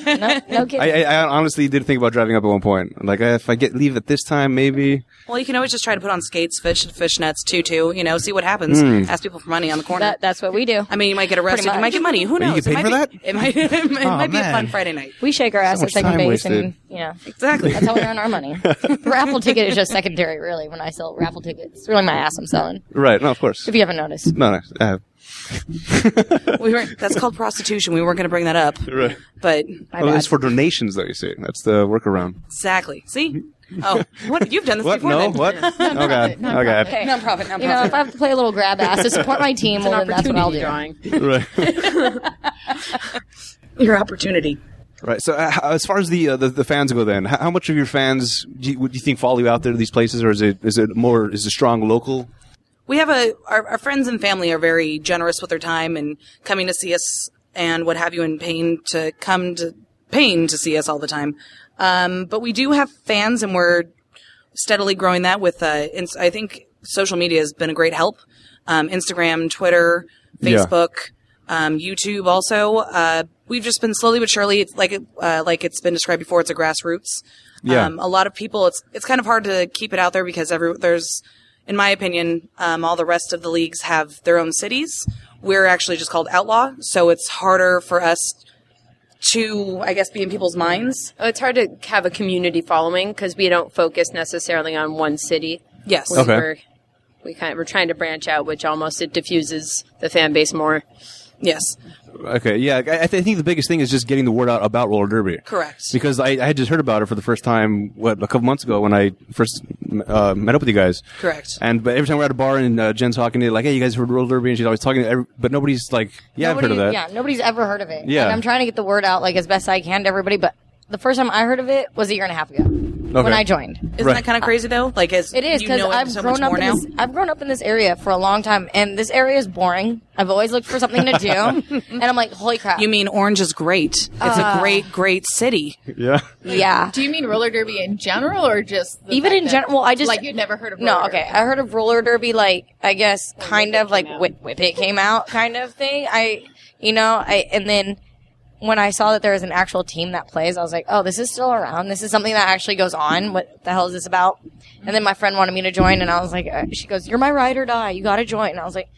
[SPEAKER 6] no kidding.
[SPEAKER 5] I, I, I honestly did think about driving up at one point. Like, if I get leave at this time, maybe.
[SPEAKER 9] Well, you can always just try to put on skates, fish, fishnets, tutu. You know, see what happens.
[SPEAKER 5] Mm.
[SPEAKER 9] Ask people for money on the corner.
[SPEAKER 6] That- that's what we do.
[SPEAKER 9] I mean, you might get arrested. You
[SPEAKER 6] much.
[SPEAKER 9] might get money. Who
[SPEAKER 5] But you
[SPEAKER 9] knows?
[SPEAKER 5] get paid
[SPEAKER 9] it
[SPEAKER 5] for
[SPEAKER 9] might be, It might. It might,
[SPEAKER 5] Aw,
[SPEAKER 9] might be a
[SPEAKER 5] man.
[SPEAKER 9] fun Friday night.
[SPEAKER 6] we shake our ass
[SPEAKER 5] much
[SPEAKER 6] at second
[SPEAKER 5] time
[SPEAKER 6] base,
[SPEAKER 5] wasted.
[SPEAKER 6] and you know
[SPEAKER 9] exactly.
[SPEAKER 6] That's how we earn our money. the raffle ticket is just secondary, really. When I sell raffle tickets, it's really my ass I'm selling.
[SPEAKER 5] Right. No, of course.
[SPEAKER 6] If you haven't noticed,
[SPEAKER 5] No, no. I have.
[SPEAKER 9] we were That's called prostitution. We weren't going to bring that up.
[SPEAKER 5] Right.
[SPEAKER 9] But
[SPEAKER 5] Well, it's for donations, though, you see. That's the workaround.
[SPEAKER 9] Exactly. See? Oh, what you've done this
[SPEAKER 5] What?
[SPEAKER 9] before?
[SPEAKER 5] No?
[SPEAKER 9] then.
[SPEAKER 5] What? Oh, God. Oh, God.
[SPEAKER 6] Okay.
[SPEAKER 9] Nonprofit, nonprofit.
[SPEAKER 6] You know, if I have to play a little grab ass to support my team,
[SPEAKER 11] It's an
[SPEAKER 6] well, then that's what I'll do.
[SPEAKER 11] opportunity
[SPEAKER 5] Right.
[SPEAKER 9] Your opportunity.
[SPEAKER 5] Right. So, uh, how- as far as the, uh, the the fans go, then, how, how much of your fans do you, would you think follow you out there to these places, or is it is it more is it strong local?
[SPEAKER 9] We have a our, our friends and family are very generous with their time and coming to see us and what have you and paying to come to paying to see us all the time. Um, but we do have fans and we're steadily growing that with uh, ins- I think social media has been a great help. Um, Instagram, Twitter,
[SPEAKER 12] Yeah.
[SPEAKER 9] Facebook. um, YouTube also. Uh, we've just been slowly but surely, it's like it- uh, like it's been described before, it's a grassroots.
[SPEAKER 12] Yeah.
[SPEAKER 9] Um, a lot of people, it's it's kind of hard to keep it out there because every there's, in my opinion, um, all the rest of the leagues have their own cities. We're actually just called outlaw, so it's harder for us to, I guess, be in people's minds.
[SPEAKER 11] Oh, it's hard to have a community following because we don't focus necessarily on one city.
[SPEAKER 9] Yes.
[SPEAKER 11] We
[SPEAKER 9] Okay.
[SPEAKER 11] We're, we kind of, we're trying to branch out, which almost it diffuses the fan base more.
[SPEAKER 9] Yes.
[SPEAKER 5] Okay, yeah, I, I, th- I think the biggest thing is just getting the word out about roller derby.
[SPEAKER 9] Correct.
[SPEAKER 5] Because I, I had just heard about it for the first time what a couple months ago when I first uh, met up with you guys.
[SPEAKER 9] Correct.
[SPEAKER 5] And but every time we're at a bar and uh, Jen's talking to like, hey, you guys heard roller derby, and she's always talking, to every, but nobody's like, yeah, I've heard
[SPEAKER 6] Nobody-
[SPEAKER 5] of that.
[SPEAKER 6] Yeah, nobody's ever heard of it.
[SPEAKER 5] Yeah.
[SPEAKER 6] And I'm trying to get the word out like as best I can to everybody, but the first time I heard of it was a year and a half ago when
[SPEAKER 9] Okay.
[SPEAKER 6] I joined.
[SPEAKER 9] Isn't that kind of crazy though? Like, as
[SPEAKER 6] It is
[SPEAKER 9] you
[SPEAKER 6] because
[SPEAKER 9] know it
[SPEAKER 6] I've
[SPEAKER 9] so
[SPEAKER 6] grown
[SPEAKER 9] much
[SPEAKER 6] up
[SPEAKER 9] more
[SPEAKER 6] in
[SPEAKER 9] now.
[SPEAKER 6] this. I've grown up in this area for a long time, and this area is boring. I've always looked for something to do, and I'm like, holy crap!
[SPEAKER 9] You mean Orange is great? It's
[SPEAKER 6] Uh,
[SPEAKER 9] a great, great city.
[SPEAKER 5] Yeah.
[SPEAKER 6] yeah?
[SPEAKER 10] Do you mean roller derby in general or just the
[SPEAKER 6] Even
[SPEAKER 10] fact
[SPEAKER 6] in
[SPEAKER 10] that-
[SPEAKER 6] general, well, I just
[SPEAKER 10] like you'd never heard of roller
[SPEAKER 6] No, okay. I heard of roller derby, like I guess kind of like whip, whip it came out kind of thing. I, you know, I and then when I saw that there was an actual team that plays, I was like, oh, this is still around. This is something that actually goes on. What the hell is this about? And then my friend wanted me to join, and I was like, uh, she goes, you're my ride or die. You got to join. And I was like.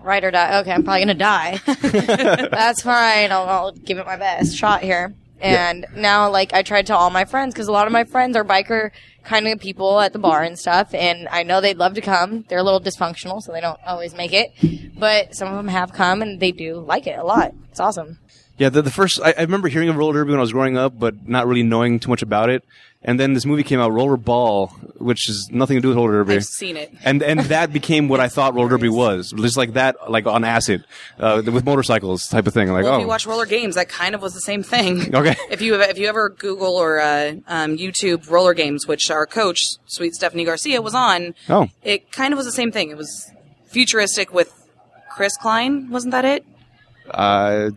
[SPEAKER 6] Ride or die. Okay, I'm probably gonna die. That's fine. I'll, I'll give it my best shot here. And now, like, I try to tell all my friends because a lot of my friends are biker kind of people at the bar and stuff. And I know they'd love to come. They're a little dysfunctional, so they don't always make it. But some of them have come and they do like it a lot. It's awesome.
[SPEAKER 5] Yeah, the, the first I, I remember hearing of roller derby when I was growing up, but not really knowing too much about it. And then this movie came out, Roller Ball, which is nothing to do with roller derby.
[SPEAKER 12] I've seen it.
[SPEAKER 5] and and that became what I thought roller derby was, just like that, like on acid, uh, with motorcycles type of thing. Like,
[SPEAKER 9] well, if
[SPEAKER 5] oh,
[SPEAKER 9] you watch roller games, that kind of was the same thing.
[SPEAKER 5] Okay.
[SPEAKER 9] If you if you ever Google or uh, um, YouTube roller games, which our coach, sweet Stephanie Garcia, was on,
[SPEAKER 5] oh,
[SPEAKER 9] it kind of was the same thing. It was futuristic with Chris Klein, wasn't that it?
[SPEAKER 5] I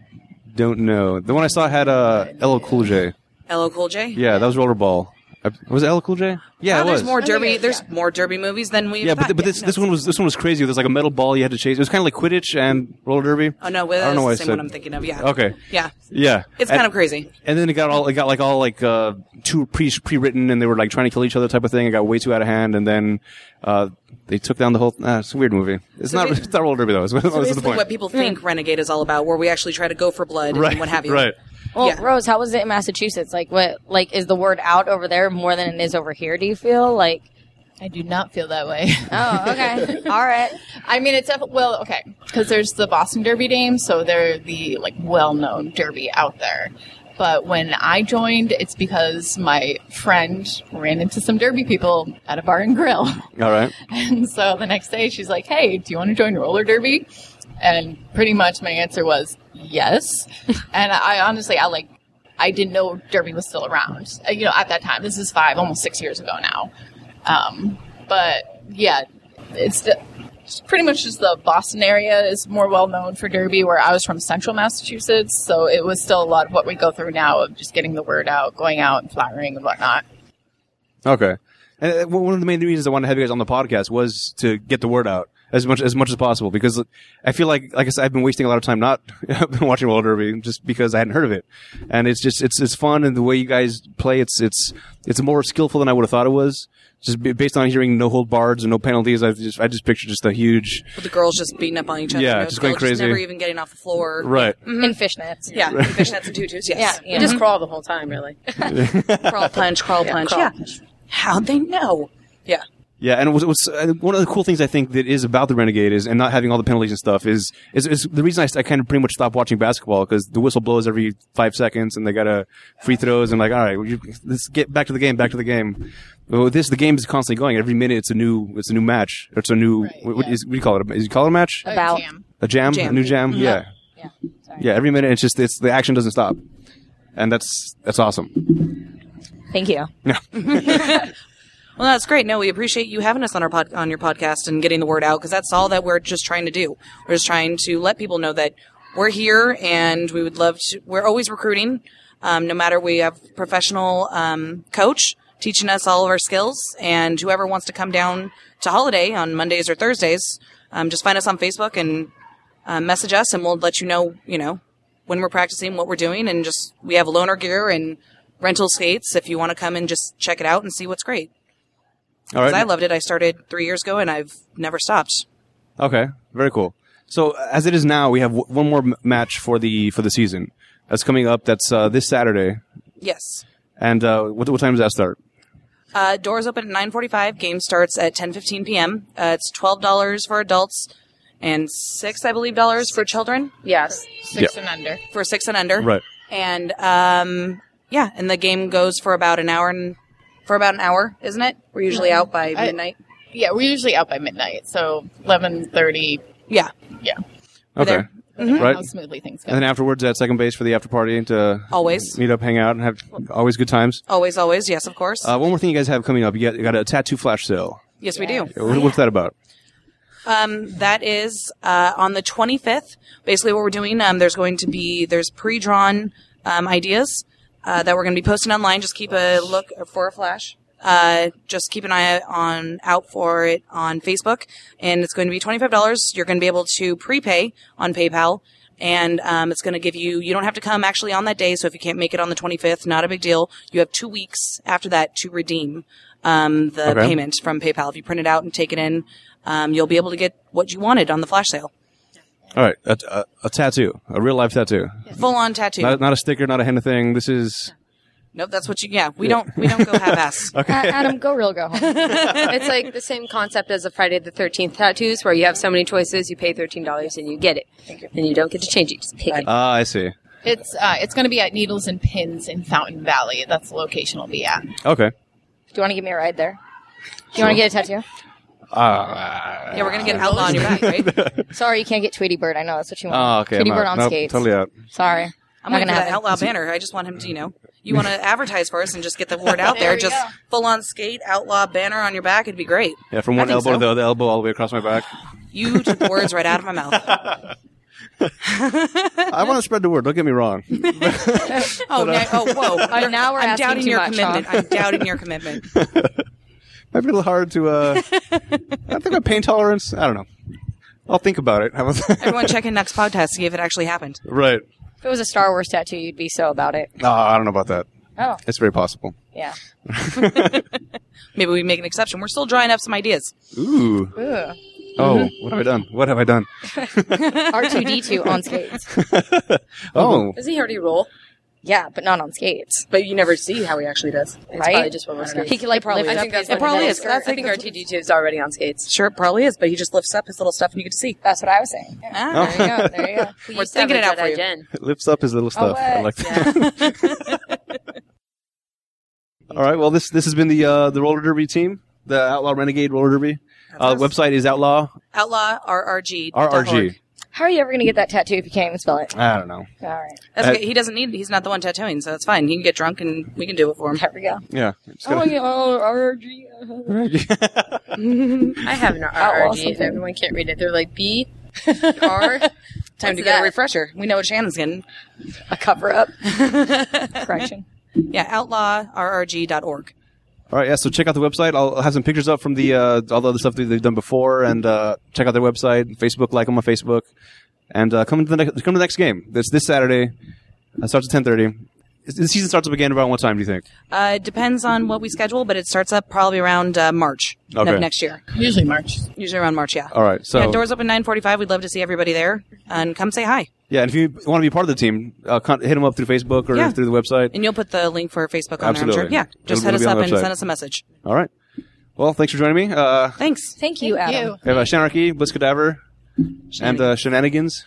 [SPEAKER 5] don't know. The one I saw had uh, LL Cool J.
[SPEAKER 9] LL Cool J.
[SPEAKER 5] Yeah, that was Roller Ball. I, was it LL Cool J? Yeah,
[SPEAKER 9] Wow,
[SPEAKER 5] it was.
[SPEAKER 9] Oh, there's more derby. There's more derby movies than we.
[SPEAKER 5] yeah, but, th- but this this one was this one was crazy. There's like a metal ball you had to chase. It was kind of like Quidditch and roller derby.
[SPEAKER 9] Oh no, well,
[SPEAKER 5] I don't know why I
[SPEAKER 9] that's the same
[SPEAKER 5] said-
[SPEAKER 9] one I'm thinking of. Yeah.
[SPEAKER 5] Okay.
[SPEAKER 9] Yeah.
[SPEAKER 5] Yeah,
[SPEAKER 9] It's
[SPEAKER 5] And-
[SPEAKER 9] kind of crazy.
[SPEAKER 5] And then it got all it got like all like uh too pre pre written, and they were like trying to kill each other type of thing. It got way too out of hand, and then uh they took down the whole. Uh, it's a weird movie. It's
[SPEAKER 9] So
[SPEAKER 5] not
[SPEAKER 9] ba-
[SPEAKER 5] it's not roller derby though. It's,
[SPEAKER 9] So
[SPEAKER 5] that's the
[SPEAKER 9] basically,
[SPEAKER 5] point.
[SPEAKER 9] what people think Renegade is all about, where we actually try to go for blood
[SPEAKER 5] right.
[SPEAKER 9] and what have you.
[SPEAKER 5] Right.
[SPEAKER 6] Well, Rose, how was it in Massachusetts? Like, what, like, is the word out over there more than it is over here? Do you feel like?
[SPEAKER 10] I do not feel that way.
[SPEAKER 6] Oh, okay. All right.
[SPEAKER 10] I mean, it's definitely well, okay, because there's the Boston Derby Dames, so they're the like well-known derby out there. But when I joined, it's because my friend ran into some derby people at a bar and grill.
[SPEAKER 5] All right.
[SPEAKER 10] And so the next day she's like, hey, do you want to join roller derby? And pretty much my answer was yes. and I honestly, I like, I didn't know derby was still around, uh, you know, at that time. This is five, almost six years ago now. Um, but yeah, it's the, it's pretty much just the Boston area is more well known for derby, where I was from central Massachusetts. So it was still a lot of what we go through now of just getting the word out, going out and flowering and whatnot.
[SPEAKER 5] Okay. And uh, one of the main reasons I wanted to have you guys on the podcast was to get the word out as much as much as possible because I feel like, like I said, I've been wasting a lot of time not watching roller derby just because I hadn't heard of it, and it's just it's it's fun and the way you guys play it's it's it's more skillful than I would have thought it was. Just b- based on hearing no hold bars and no penalties, I just I just picture just a huge
[SPEAKER 9] With the girls just beating up on each other.
[SPEAKER 5] Yeah,
[SPEAKER 9] you know,
[SPEAKER 5] just
[SPEAKER 9] the
[SPEAKER 5] going
[SPEAKER 9] girls
[SPEAKER 5] crazy.
[SPEAKER 9] never even getting off the floor.
[SPEAKER 5] Right.
[SPEAKER 6] In fishnets.
[SPEAKER 9] Yeah. Mm-hmm. in fishnets and tutus. Yes. Mm-hmm.
[SPEAKER 11] Yeah, you just crawl the whole time, really.
[SPEAKER 9] crawl, punch, crawl, punch.
[SPEAKER 11] crawl,
[SPEAKER 9] yeah. How'd they know? Yeah.
[SPEAKER 5] Yeah, and what's, what's uh, one of the cool things I think that is about the Renegade is, and not having all the penalties and stuff is, is, is the reason I, s- I kind of pretty much stopped watching basketball because the whistle blows every five seconds and they got a free throws and like, all right, well, you, let's get back to the game, back to the game. But with this, the game is constantly going. Every minute, it's a new, it's a new match. It's a new, what, what, is, what do you call it? Is you call it a match?
[SPEAKER 6] A About.
[SPEAKER 10] jam.
[SPEAKER 5] A jam, Mm-hmm.
[SPEAKER 6] Jam.
[SPEAKER 5] a new jam.
[SPEAKER 6] Mhm.
[SPEAKER 5] Yeah,
[SPEAKER 6] Yeah.
[SPEAKER 5] yeah. Every minute, it's just it's the action doesn't stop, and that's that's awesome.
[SPEAKER 6] Thank you.
[SPEAKER 9] Well, that's great. No, we appreciate you having us on our pod- on your podcast and getting the word out because that's all that we're just trying to do. We're just trying to let people know that we're here and we would love to. We're always recruiting. Um, no matter we have professional um, coach teaching us all of our skills, and whoever wants to come down to holiday on Mondays or Thursdays, um, just find us on Facebook and uh, message us, and we'll let you know. You know when we're practicing, what we're doing, and just we have loaner gear and rental skates if you want to come and just check it out and see what's great.
[SPEAKER 5] All right.
[SPEAKER 9] Because I loved it. I started three years ago, and I've never stopped.
[SPEAKER 5] Okay, very cool. So as it is now, we have w- one more m- match for the for the season that's coming up. That's uh, this Saturday,
[SPEAKER 9] Yes.
[SPEAKER 5] and uh, what what time does that start?
[SPEAKER 9] Uh, doors open at nine forty-five. Game starts at ten fifteen p.m. Uh, it's twelve dollars for adults and six, I believe, dollars for children.
[SPEAKER 11] Yes,
[SPEAKER 10] Six
[SPEAKER 5] Yeah.
[SPEAKER 10] and under.
[SPEAKER 9] for six and under.
[SPEAKER 5] Right.
[SPEAKER 9] And um, yeah, and the game goes for about an hour and for about an hour, isn't it? We're usually out by
[SPEAKER 10] Mm-hmm. I-
[SPEAKER 9] midnight.
[SPEAKER 10] Yeah, we're usually out by midnight, so eleven thirty.
[SPEAKER 9] Yeah.
[SPEAKER 10] Yeah.
[SPEAKER 5] Okay,
[SPEAKER 9] Mm-hmm.
[SPEAKER 10] Depending on
[SPEAKER 5] right.
[SPEAKER 10] How smoothly things go.
[SPEAKER 5] And then afterwards at second base for the after party to
[SPEAKER 9] Always.
[SPEAKER 5] meet up, hang out, and have always good times.
[SPEAKER 9] Always, always, yes, of course.
[SPEAKER 5] Uh, one more thing you guys have coming up. You got, you got a tattoo flash sale.
[SPEAKER 9] yes, we do.
[SPEAKER 5] What- What's that about?
[SPEAKER 9] Um, that is uh, on the 25th. Basically, what we're doing, um, there's going to be there's pre-drawn um, ideas uh, that we're going to be posting online. Just keep a look for a flash. Uh, just keep an eye on out for it on Facebook, and it's going to be twenty five dollars. You're going to be able to prepay on PayPal, and um, it's going to give you. You don't have to come actually on that day. So if you can't make it on the twenty fifth, not a big deal. You have two weeks after that to redeem um, the
[SPEAKER 13] Okay.
[SPEAKER 9] payment from PayPal. If you print it out and take it in, um, you'll be able to get what you wanted on the flash sale.
[SPEAKER 5] All right, a, a, a tattoo, a real life tattoo,
[SPEAKER 9] Full on tattoo.
[SPEAKER 5] Not, not a sticker, not a henna thing. This is
[SPEAKER 9] nope, that's what you. Yeah, we don't. We don't go half ass.
[SPEAKER 5] okay.
[SPEAKER 11] Adam,
[SPEAKER 6] go real, go home.
[SPEAKER 11] it's like the same concept as the Friday the 13th tattoos where you have so many choices, you pay $13 and you get it. And you don't get to change it, just pick it.
[SPEAKER 5] Ah, I see.
[SPEAKER 10] It's uh, it's going to be at Needles and Pins in Fountain Valley. That's the location we'll be at.
[SPEAKER 5] Okay.
[SPEAKER 6] Do you want to give me a ride there? Do you want to get a tattoo?
[SPEAKER 5] Ah.
[SPEAKER 9] Yeah, we're gonna get outlaw on your back, right?
[SPEAKER 6] Sorry, you can't get Tweety Bird. I know that's what you want.
[SPEAKER 5] Oh, okay.
[SPEAKER 6] Tweety
[SPEAKER 5] I'm
[SPEAKER 6] Bird
[SPEAKER 5] out.
[SPEAKER 6] on
[SPEAKER 5] Nope,
[SPEAKER 6] skates.
[SPEAKER 5] totally out.
[SPEAKER 6] Sorry,
[SPEAKER 9] I'm
[SPEAKER 6] I'm
[SPEAKER 9] not
[SPEAKER 6] not
[SPEAKER 9] gonna
[SPEAKER 6] gonna
[SPEAKER 9] have
[SPEAKER 6] have
[SPEAKER 9] that
[SPEAKER 6] it.
[SPEAKER 9] outlaw banner. I just want him to, you know, you want to advertise for us and just get the word out
[SPEAKER 10] There
[SPEAKER 9] there.
[SPEAKER 10] we
[SPEAKER 9] just
[SPEAKER 10] go.
[SPEAKER 9] full on skate outlaw banner on your back. It'd be great.
[SPEAKER 5] Yeah, from
[SPEAKER 9] I
[SPEAKER 5] one
[SPEAKER 9] think
[SPEAKER 5] elbow
[SPEAKER 9] so.
[SPEAKER 5] to the other elbow, all the way across my back.
[SPEAKER 9] You took the words right out of my mouth.
[SPEAKER 5] I want to spread the word. Don't get me wrong.
[SPEAKER 9] Oh, now, oh, whoa! I,
[SPEAKER 6] now we're
[SPEAKER 9] I'm
[SPEAKER 6] asking
[SPEAKER 9] doubting
[SPEAKER 6] too
[SPEAKER 9] your
[SPEAKER 6] much,
[SPEAKER 9] commitment.
[SPEAKER 6] huh?
[SPEAKER 9] I'm doubting your commitment.
[SPEAKER 5] Might be a little hard to. uh I think my pain tolerance. I don't know. I'll think about it. How about that?
[SPEAKER 9] Everyone, check in next podcast to see if it actually happened.
[SPEAKER 5] right.
[SPEAKER 6] If it was a Star Wars tattoo, you'd be so about it.
[SPEAKER 5] No, I don't know about that.
[SPEAKER 6] Oh,
[SPEAKER 5] It's very possible.
[SPEAKER 6] yeah.
[SPEAKER 9] Maybe we make an exception. We're still drawing up some ideas.
[SPEAKER 5] Ooh.
[SPEAKER 6] Ooh.
[SPEAKER 5] Oh,
[SPEAKER 9] Mm-hmm.
[SPEAKER 5] what have I done? What have I done?
[SPEAKER 6] R2D2 on skates.
[SPEAKER 5] Oh,
[SPEAKER 11] Doesn't he already roll?
[SPEAKER 6] Yeah, but not on skates.
[SPEAKER 8] But you never see how he actually does.
[SPEAKER 11] It's
[SPEAKER 6] Right?
[SPEAKER 11] probably just one more skirt.
[SPEAKER 6] He could like
[SPEAKER 11] I
[SPEAKER 6] probably.
[SPEAKER 11] think that's what
[SPEAKER 9] probably is.
[SPEAKER 11] Skirt.
[SPEAKER 9] That's
[SPEAKER 11] I think our TG2 is already on skates.
[SPEAKER 9] Sure, it probably is, but he just lifts up his little stuff and you can see.
[SPEAKER 6] That's what I was saying.
[SPEAKER 5] Oh.
[SPEAKER 9] Ah,
[SPEAKER 6] There you go. There you go.
[SPEAKER 11] We
[SPEAKER 9] We're
[SPEAKER 11] used to have
[SPEAKER 9] thinking
[SPEAKER 11] a
[SPEAKER 9] it out for
[SPEAKER 11] Jedi
[SPEAKER 9] you.
[SPEAKER 11] Gen.
[SPEAKER 5] it lifts up his
[SPEAKER 9] Oh,
[SPEAKER 5] little stuff. I
[SPEAKER 6] what?
[SPEAKER 5] like that. All right. Well, this this has been the uh, the roller derby team, the Outlaw Renegade Roller Derby. Uh,
[SPEAKER 9] us.
[SPEAKER 5] website is Outlaw
[SPEAKER 9] outlaw RRG.
[SPEAKER 5] RRG.
[SPEAKER 6] How are you ever gonna get that tattoo if you can't even spell it?
[SPEAKER 5] I don't know.
[SPEAKER 6] All right.
[SPEAKER 9] That's
[SPEAKER 5] Uh,
[SPEAKER 9] okay. He doesn't need. He's not the one tattooing, so that's fine. He can get drunk and we can do it for him.
[SPEAKER 6] There we go.
[SPEAKER 5] Yeah. Just
[SPEAKER 6] Oh,
[SPEAKER 5] gotta-
[SPEAKER 6] yeah, oh, RRG.
[SPEAKER 9] oh.
[SPEAKER 11] I have an
[SPEAKER 6] Outlaw
[SPEAKER 11] RRG and
[SPEAKER 6] something.
[SPEAKER 11] everyone can't read it. They're like B, R.
[SPEAKER 9] Time to
[SPEAKER 11] What's
[SPEAKER 9] get
[SPEAKER 11] that?
[SPEAKER 9] a refresher. We know what Shannon's getting.
[SPEAKER 6] A cover up. Correction.
[SPEAKER 9] Yeah, outlawrrg.org.
[SPEAKER 5] All right, yeah. So check out the website. I'll I'll have some pictures up from the uh, all the other stuff that they've done before, and uh, check out their website, Facebook, like them on Facebook, and uh, come to the next come to the next game. This this Saturday. It starts at ten thirty. The season starts up again around what time do you think?
[SPEAKER 9] Uh, it depends on what we schedule, but it starts up probably around uh, March of
[SPEAKER 5] Okay.
[SPEAKER 9] next year.
[SPEAKER 10] Usually March.
[SPEAKER 9] Usually around March, yeah.
[SPEAKER 5] All right, so
[SPEAKER 9] yeah, doors open nine forty-five. We'd love to see everybody there, and come say hi.
[SPEAKER 5] Yeah, and if you want to be part of the team, uh, con- hit them up through Facebook or
[SPEAKER 9] Yeah.
[SPEAKER 5] through the website.
[SPEAKER 9] And you'll put the link for Facebook on there. I'm sure.
[SPEAKER 5] Absolutely.
[SPEAKER 9] Yeah, just
[SPEAKER 5] It'll- it'll
[SPEAKER 9] hit us
[SPEAKER 5] be on
[SPEAKER 9] up
[SPEAKER 5] the
[SPEAKER 9] and
[SPEAKER 5] website.
[SPEAKER 9] send us a message.
[SPEAKER 5] All right. Well, thanks for joining me. Uh,
[SPEAKER 9] Thanks.
[SPEAKER 6] Thank you, Adam.
[SPEAKER 10] You.
[SPEAKER 5] we have uh, Shanarchy, Bliss Cadaver, and uh, Shenanigans.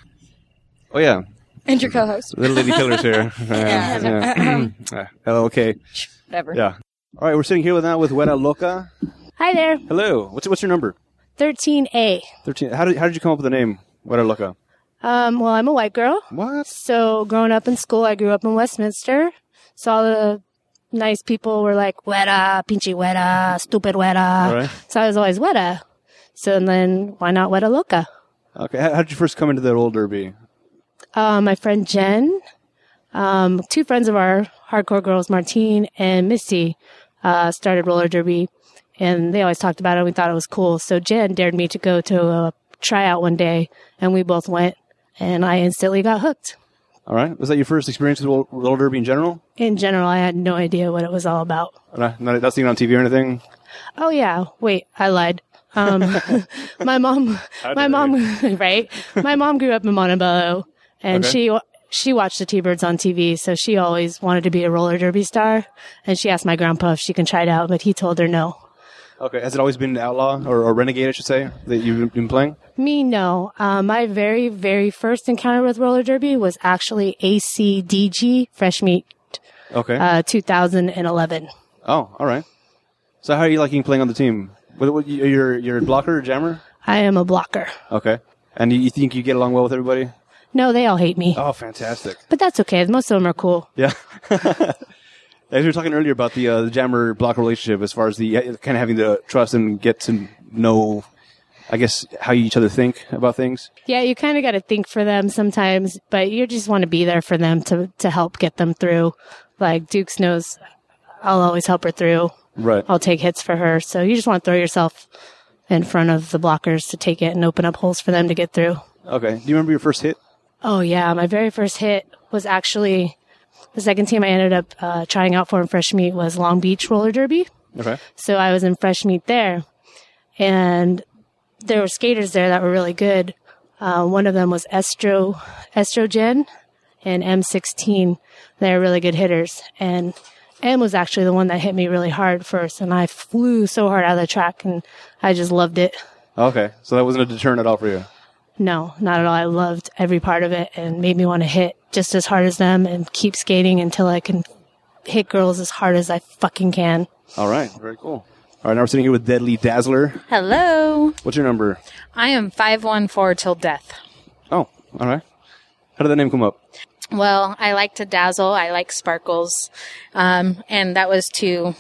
[SPEAKER 5] Oh yeah,
[SPEAKER 6] And your co-host.
[SPEAKER 5] Little Lady Killers here. Uh, yeah. Uh, LLK.
[SPEAKER 6] Whatever.
[SPEAKER 5] Yeah. All right, we're sitting here with now with Weta Loca.
[SPEAKER 12] Hi there,
[SPEAKER 5] Hello. What's what's your number?
[SPEAKER 12] 13A.
[SPEAKER 5] Thirteen. How did how did you come up with the name Weta Loca?
[SPEAKER 12] Um, well, I'm a white girl.
[SPEAKER 5] What?
[SPEAKER 12] So, growing up in school, I grew up in Westminster. So, all the nice people were like, Weta, pinchy Weta, stupid Weta.
[SPEAKER 5] All right.
[SPEAKER 12] So, I was always Weta. So, and then why not Weta Loca?
[SPEAKER 5] Okay. How, how did you first come into the roller derby?
[SPEAKER 12] Uh, my friend Jen, um, two friends of our hardcore girls, Martine and Missy, uh, started roller derby, and they always talked about it. and We thought it was cool, so Jen dared me to go to a tryout one day, and we both went, and I instantly got hooked.
[SPEAKER 5] All right. Was that your first experience with roll- roller derby in general?
[SPEAKER 12] In general, I had no idea what it was all about.
[SPEAKER 5] Uh, Not, not seen it on TV or anything.
[SPEAKER 12] Oh yeah, wait, I lied. Um, my mom, my mom, right? My mom grew up in Montebello, and
[SPEAKER 5] Okay.
[SPEAKER 12] she she watched the T-Birds on TV, so she always wanted to be a roller derby star. And she asked my grandpa if she can try it out, but he told her no.
[SPEAKER 5] Okay. Has it always been outlaw or, or renegade, I should say, that you've been playing?
[SPEAKER 12] Me, no. Uh, my very, very first encounter with roller derby was actually ACDG Fresh Meat
[SPEAKER 5] Okay.
[SPEAKER 12] uh, 2011.
[SPEAKER 5] oh, all right. So how are you liking playing on the team? What, what, you- you're you're a blocker or jammer?
[SPEAKER 12] I am a blocker.
[SPEAKER 5] Okay. And you, you think you get along well with everybody?
[SPEAKER 12] No, they all hate me,
[SPEAKER 5] Oh, fantastic.
[SPEAKER 12] but that's okay. Most of them are cool.
[SPEAKER 5] Yeah. As we were talking earlier about the uh, the jammer blocker relationship, as far as the uh, kind of having to trust and get to know, I guess how each other think about things.
[SPEAKER 12] Yeah, you kind of got to think for them sometimes, but you just want to be there for them to to help get them through. Like Dukes knows, I'll always help her through.
[SPEAKER 5] Right.
[SPEAKER 12] I'll take hits for her. So you just want to throw yourself in front of the blockers to take it and open up holes for them to get through.
[SPEAKER 5] Okay. Do you remember your first hit?
[SPEAKER 12] Oh yeah, my very first hit was actually the second team I ended up uh, trying out for in Fresh Meat was Long Beach Roller Derby.
[SPEAKER 5] Okay.
[SPEAKER 12] So I was in fresh meat there, and there were skaters there that were really good. Uh, one of them was Estro, Estrogen and M16. They're really good hitters. And M was actually the one that hit me really hard first. And I flew so hard out of the track and I just loved it.
[SPEAKER 5] Okay, so that wasn't a deterrent at all for you.
[SPEAKER 12] No, not at all. I loved every part of it and made me want to hit just as hard as them and keep skating until I can hit girls as hard as I fucking can.
[SPEAKER 5] All right, very cool. All right, now we're sitting here with Deadly Dazzler.
[SPEAKER 13] Hello.
[SPEAKER 5] What's your number?
[SPEAKER 13] I am 514 till death.
[SPEAKER 5] Oh, all right. How did that name come up?
[SPEAKER 13] Well, I like to dazzle. I like sparkles. Um, and that was too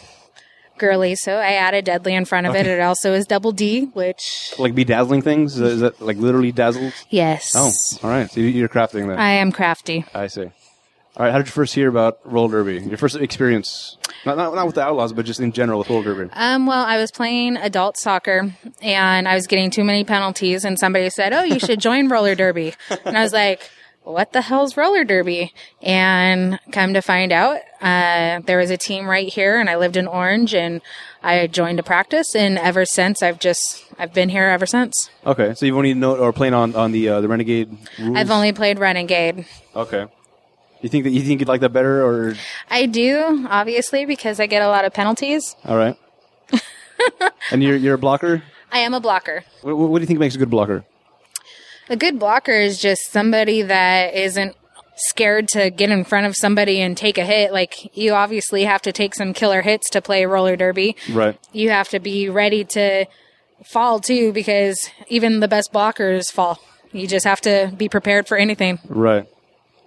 [SPEAKER 13] girly, so I added deadly in front of it.
[SPEAKER 5] Okay.
[SPEAKER 13] It also is double D, which
[SPEAKER 5] Like bedazzling things? Is that- Is that like literally dazzled?
[SPEAKER 13] Yes.
[SPEAKER 5] Oh, all right. So you- you're crafting that.
[SPEAKER 13] I am crafty.
[SPEAKER 5] I see. All right. How did you first hear about roller derby? Your first experience, not not, not with the Outlaws, but just in general with roller derby.
[SPEAKER 13] Um, well, I was playing adult soccer and I was getting too many penalties, and somebody said, Oh, you should join roller derby. And I was like, What the hell's roller derby? And come to find out, uh, there was a team right here, and I lived in Orange, and I joined a practice, and ever since, I've just I've been here ever since.
[SPEAKER 5] Okay, so you've only known or playing on on the uh, the renegade rules.
[SPEAKER 13] I've only played Renegade.
[SPEAKER 5] okay. You think that you think you'd like that better, or
[SPEAKER 13] I do, obviously, because I get a lot of penalties.
[SPEAKER 5] all right? and you're you're a blocker.
[SPEAKER 13] I am a blocker.
[SPEAKER 5] What, what what do you think makes a good blocker?
[SPEAKER 13] A good blocker is just somebody that isn't scared to get in front of somebody and take a hit. Like, you obviously have to take some killer hits to play roller derby.
[SPEAKER 5] Right.
[SPEAKER 13] You have to be ready to fall too, because even the best blockers fall. You just have to be prepared for anything.
[SPEAKER 5] Right.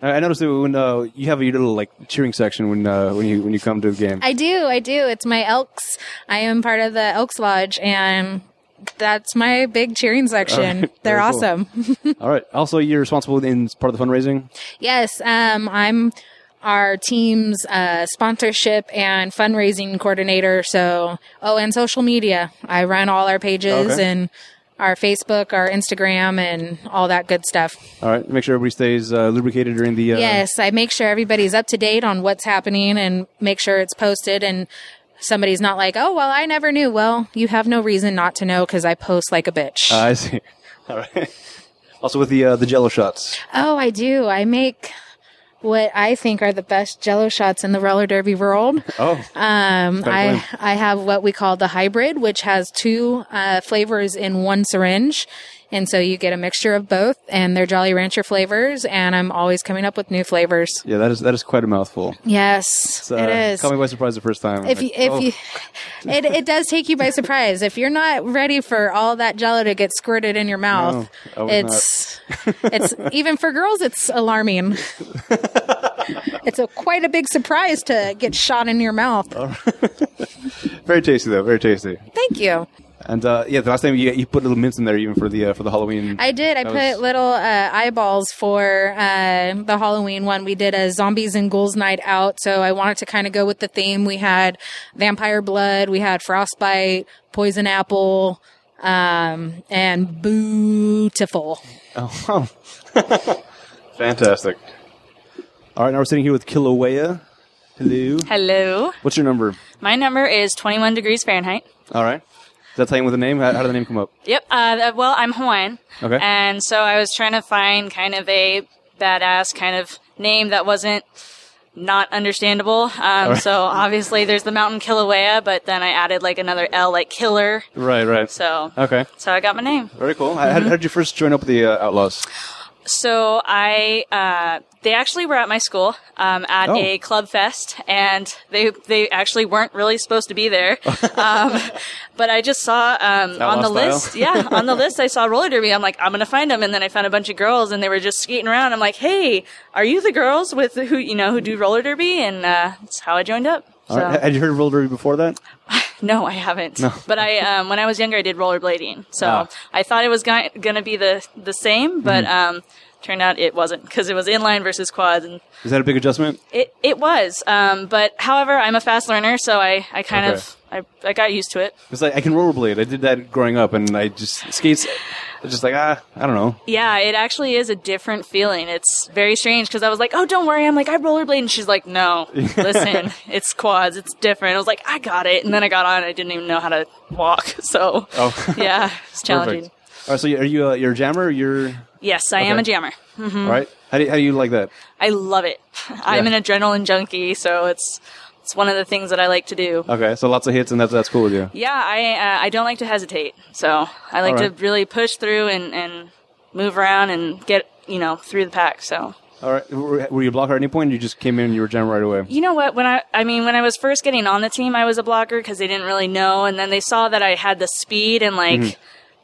[SPEAKER 5] I I noticed that when uh, you have your little like cheering section when uh, when you when you come to the game.
[SPEAKER 13] I do, I do. It's my Elks. I am part of the Elks Lodge, and that's my big cheering section.
[SPEAKER 5] All right,
[SPEAKER 13] They're
[SPEAKER 5] very cool.
[SPEAKER 13] awesome.
[SPEAKER 5] All right. Also, you're responsible in part of the fundraising.
[SPEAKER 13] Yes, um, I'm our team's uh, sponsorship and fundraising coordinator. So, oh, and social media. I run all our pages
[SPEAKER 5] Okay.
[SPEAKER 13] and our Facebook, our Instagram, and all that good stuff.
[SPEAKER 5] All right. Make sure everybody stays uh, lubricated during the. Uh,
[SPEAKER 13] Yes, I make sure everybody's up to date on what's happening and make sure it's posted and somebody's not like, oh, well, I never knew. Well, you have no reason not to know because I post like a bitch.
[SPEAKER 5] Uh, I see. All right. Also with the uh, the Jello shots.
[SPEAKER 13] Oh, I do. I make what I think are the best jello shots in the roller derby world.
[SPEAKER 5] Oh.
[SPEAKER 13] Um,
[SPEAKER 5] Better blend.
[SPEAKER 13] I I have what we call the hybrid, which has two uh, flavors in one syringe, and so you get a mixture of both, and they're Jolly Rancher flavors. And I'm always coming up with new flavors.
[SPEAKER 5] Yeah, that is that is quite a mouthful.
[SPEAKER 13] Yes,
[SPEAKER 5] It's, uh,
[SPEAKER 13] it is.
[SPEAKER 5] Caught me by surprise the first time.
[SPEAKER 13] If you,
[SPEAKER 5] Like,
[SPEAKER 13] if
[SPEAKER 5] oh.
[SPEAKER 13] you, it it does take you by surprise. If you're not ready for all that jello to get squirted in your mouth,
[SPEAKER 5] I was
[SPEAKER 13] it's it's even for girls, it's alarming. it's a quite a big surprise to get shot in your mouth.
[SPEAKER 5] very tasty though, very tasty.
[SPEAKER 13] Thank you.
[SPEAKER 5] And uh, yeah, the last time you, you put little mints in there even for the uh, for the Halloween.
[SPEAKER 13] I did. I
[SPEAKER 5] That
[SPEAKER 13] put
[SPEAKER 5] was-
[SPEAKER 13] little uh, eyeballs for uh, the Halloween one. We did a zombies and ghouls night out, so I wanted to kind of go with the theme. We had vampire blood, we had frostbite, poison apple, um, and bootiful.
[SPEAKER 5] Oh, wow. fantastic. All right, now we're sitting here with Kilauea. Hello.
[SPEAKER 14] Hello.
[SPEAKER 5] What's your number?
[SPEAKER 14] My number is 21 degrees Fahrenheit.
[SPEAKER 5] All right. Is that tying with the name? How, how did the name come up?
[SPEAKER 14] Yep. Uh, th- well, I'm Hawaiian.
[SPEAKER 5] Okay.
[SPEAKER 14] And so I was trying to find kind of a badass kind of name that wasn't not understandable. Um,
[SPEAKER 5] right.
[SPEAKER 14] So obviously there's the mountain Kilauea, but then I added like another L, like killer.
[SPEAKER 5] Right, right.
[SPEAKER 14] So
[SPEAKER 5] Okay.
[SPEAKER 14] that's how I got my name.
[SPEAKER 5] Very cool. How, how did you first join up with the uh, Outlaws?
[SPEAKER 14] So I, uh, they actually were at my school um, at
[SPEAKER 5] Oh.
[SPEAKER 14] a club fest, and they they actually weren't really supposed to be there, um, but I just saw um, on
[SPEAKER 15] Outlaw
[SPEAKER 14] the
[SPEAKER 15] style.
[SPEAKER 14] list, yeah, on the list I saw roller derby. I'm like, I'm gonna find them, and then I found a bunch of girls, and they were just skating around. I'm like, hey, are you the girls with who you know who do roller derby? And uh, that's how I joined up.
[SPEAKER 5] All right. Had you heard of roller derby before that?
[SPEAKER 14] No, I haven't.
[SPEAKER 5] No.
[SPEAKER 14] But I, um, when I was younger, I did rollerblading, so
[SPEAKER 5] Ah.
[SPEAKER 14] I thought it was going to be the the same, but
[SPEAKER 5] Mhm.
[SPEAKER 14] um, turned out it wasn't because it was inline versus quads, and
[SPEAKER 5] Is that a big adjustment?
[SPEAKER 14] it it was. Um, but however, I'm a fast learner, so I I kind of I, I got used to it.
[SPEAKER 5] It's like I can rollerblade. I did that growing up, and I just skates. I was just like ah, I don't know.
[SPEAKER 14] Yeah, it actually is a different feeling. It's very strange because I was like, "Oh, don't worry." I'm like, "I rollerblade," and she's like, "No, listen, it's quads. It's different." I was like, "I got it," and then I got on. and I didn't even know how to walk, so
[SPEAKER 5] Oh,
[SPEAKER 14] yeah, it's challenging.
[SPEAKER 5] Perfect. All right, so are you uh, you're a jammer? You're
[SPEAKER 14] Yes, I am
[SPEAKER 5] Okay.
[SPEAKER 14] a jammer. Mhm.
[SPEAKER 5] all right. How do you, how do you like that?
[SPEAKER 14] I love it. I'm
[SPEAKER 5] Yeah.
[SPEAKER 14] an adrenaline junkie, so it's it's one of the things that I like to do.
[SPEAKER 5] Okay, so lots of hits, and that's that's cool with you.
[SPEAKER 14] Yeah, I uh, I don't like to hesitate, so I like
[SPEAKER 5] All
[SPEAKER 14] to
[SPEAKER 5] right.
[SPEAKER 14] really push through and and move around and get you know through the pack. So
[SPEAKER 5] All right, were were you a blocker at any point? Or you just came in and you were jammer right away.
[SPEAKER 14] You know what? When I, I mean, when I was first getting on the team, I was a blocker because they didn't really know, and then they saw that I had the speed and like,
[SPEAKER 5] Mhm.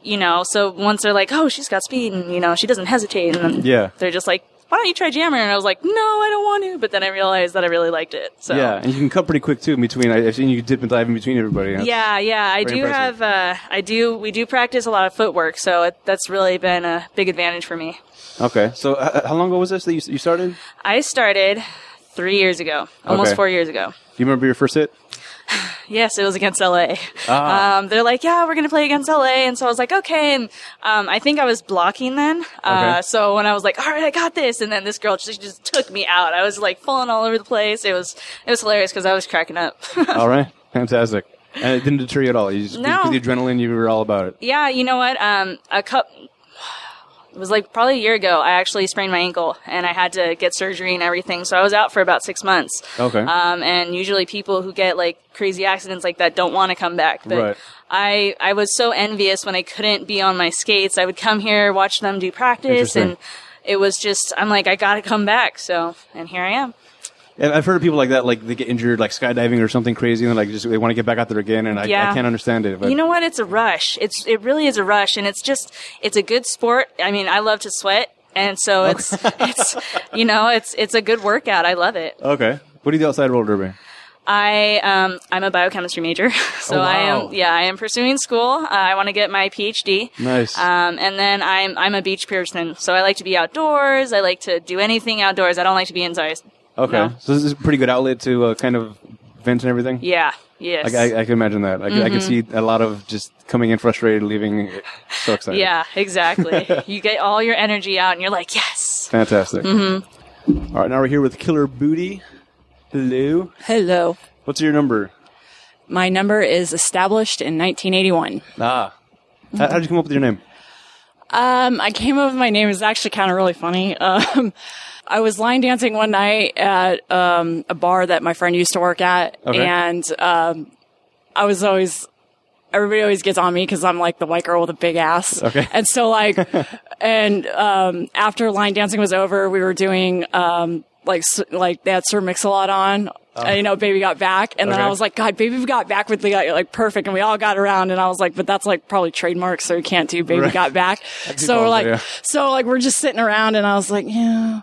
[SPEAKER 14] you know. So once they're like, "Oh, she's got speed," and you know, she doesn't hesitate, and then
[SPEAKER 5] Yeah.
[SPEAKER 14] they're just like, "Why don't you try jammer?" And I was like, "No, I don't want to." But then I realized that I really liked it. So
[SPEAKER 5] Yeah, and you can cut pretty quick too. In between, I, I've seen you dip and dive in between everybody. That's-
[SPEAKER 14] yeah, yeah. I
[SPEAKER 5] Very
[SPEAKER 14] do
[SPEAKER 5] impressive.
[SPEAKER 14] have, uh, I do, we do practice a lot of footwork, so it, that's really been a big advantage for me.
[SPEAKER 5] Okay, so uh, how long ago was this that you, you started? Do
[SPEAKER 14] I started three years ago, almost
[SPEAKER 5] Okay.
[SPEAKER 14] four years ago.
[SPEAKER 5] you remember your first hit?
[SPEAKER 14] Yes, it was against LA.
[SPEAKER 5] Ah.
[SPEAKER 14] Um, they're like, yeah, we're going to play against LA. And so I was like, okay. And um, I think I was blocking then. Uh,
[SPEAKER 5] Okay.
[SPEAKER 14] So when I was like, all right, I got this. And then this girl, she just took me out. I was like falling all over the place. It was, it was hilarious because I was cracking up.
[SPEAKER 5] all right, fantastic. And it didn't deter you at all. You just,
[SPEAKER 14] No.
[SPEAKER 5] with the adrenaline, you were all about it.
[SPEAKER 14] Yeah, you know what? Um, a cup. It was like probably a year ago. I actually sprained my ankle and I had to get surgery and everything. So I was out for about six months.
[SPEAKER 15] Okay.
[SPEAKER 14] Um, and usually people who get like crazy accidents like that don't want to come back. But
[SPEAKER 15] Right.
[SPEAKER 14] I I was so envious when I couldn't be on my skates. I would come here, watch them do practice,
[SPEAKER 5] Interesting.
[SPEAKER 14] and it was just I'm like I got to come back. So and here I am.
[SPEAKER 5] And I've heard of people like that, like they get injured, like skydiving or something crazy, and like just they want to get back out there again. And I,
[SPEAKER 14] Yeah.
[SPEAKER 5] I can't understand it. But
[SPEAKER 14] you know what? It's a rush. It's it really is a rush, and it's just it's a good sport. I mean, I love to sweat, and so
[SPEAKER 5] Oh.
[SPEAKER 14] it's it's you know it's it's a good workout. I love it.
[SPEAKER 5] okay, what do you do outside roller derby?
[SPEAKER 14] I um I'm a biochemistry major, so
[SPEAKER 5] Oh,
[SPEAKER 14] I
[SPEAKER 5] wow.
[SPEAKER 14] am yeah I am pursuing school. Uh, I want to get my PhD.
[SPEAKER 5] Nice.
[SPEAKER 14] Um, and then I'm I'm a beach person, so I like to be outdoors. I like to do anything outdoors. I don't like to be inside.
[SPEAKER 5] Okay,
[SPEAKER 14] No.
[SPEAKER 5] so this is a pretty good outlet to uh, kind of vent and everything.
[SPEAKER 14] Yeah. Yes.
[SPEAKER 5] I, I, I can imagine that. I, can I can
[SPEAKER 14] Mhm.
[SPEAKER 5] see a lot of just coming in frustrated, leaving so excited.
[SPEAKER 14] yeah. Exactly. you get all your energy out, and you're like, yes.
[SPEAKER 5] Fantastic.
[SPEAKER 14] hmm
[SPEAKER 5] All right, now we're here with Killer Booty. Hello.
[SPEAKER 16] Hello.
[SPEAKER 5] What's your number?
[SPEAKER 16] My number is established in 1981.
[SPEAKER 5] Ah. How, how'd you come up with your name?
[SPEAKER 16] Um, I came up with my name is actually kind of really funny. Um, I was line dancing one night at um, a bar that my friend used to work at,
[SPEAKER 17] Okay.
[SPEAKER 16] and um, I was always everybody always gets on me because I'm like the white girl with a big ass.
[SPEAKER 17] Okay.
[SPEAKER 16] and so like, and um, after line dancing was over, we were doing um, like s- like they had Sir Mix-a-Lot on.
[SPEAKER 17] Oh.
[SPEAKER 16] and, you know, baby got back, and then
[SPEAKER 17] Okay.
[SPEAKER 16] I was like, God, baby got back with the like perfect, and we all got around, and I was like, but that's like probably trademark, so we can't do baby
[SPEAKER 17] Right.
[SPEAKER 16] got back.
[SPEAKER 17] That'd be
[SPEAKER 16] So we're
[SPEAKER 17] fun,
[SPEAKER 16] like,
[SPEAKER 17] yeah.
[SPEAKER 16] so like we're just sitting around, and I was like, yeah,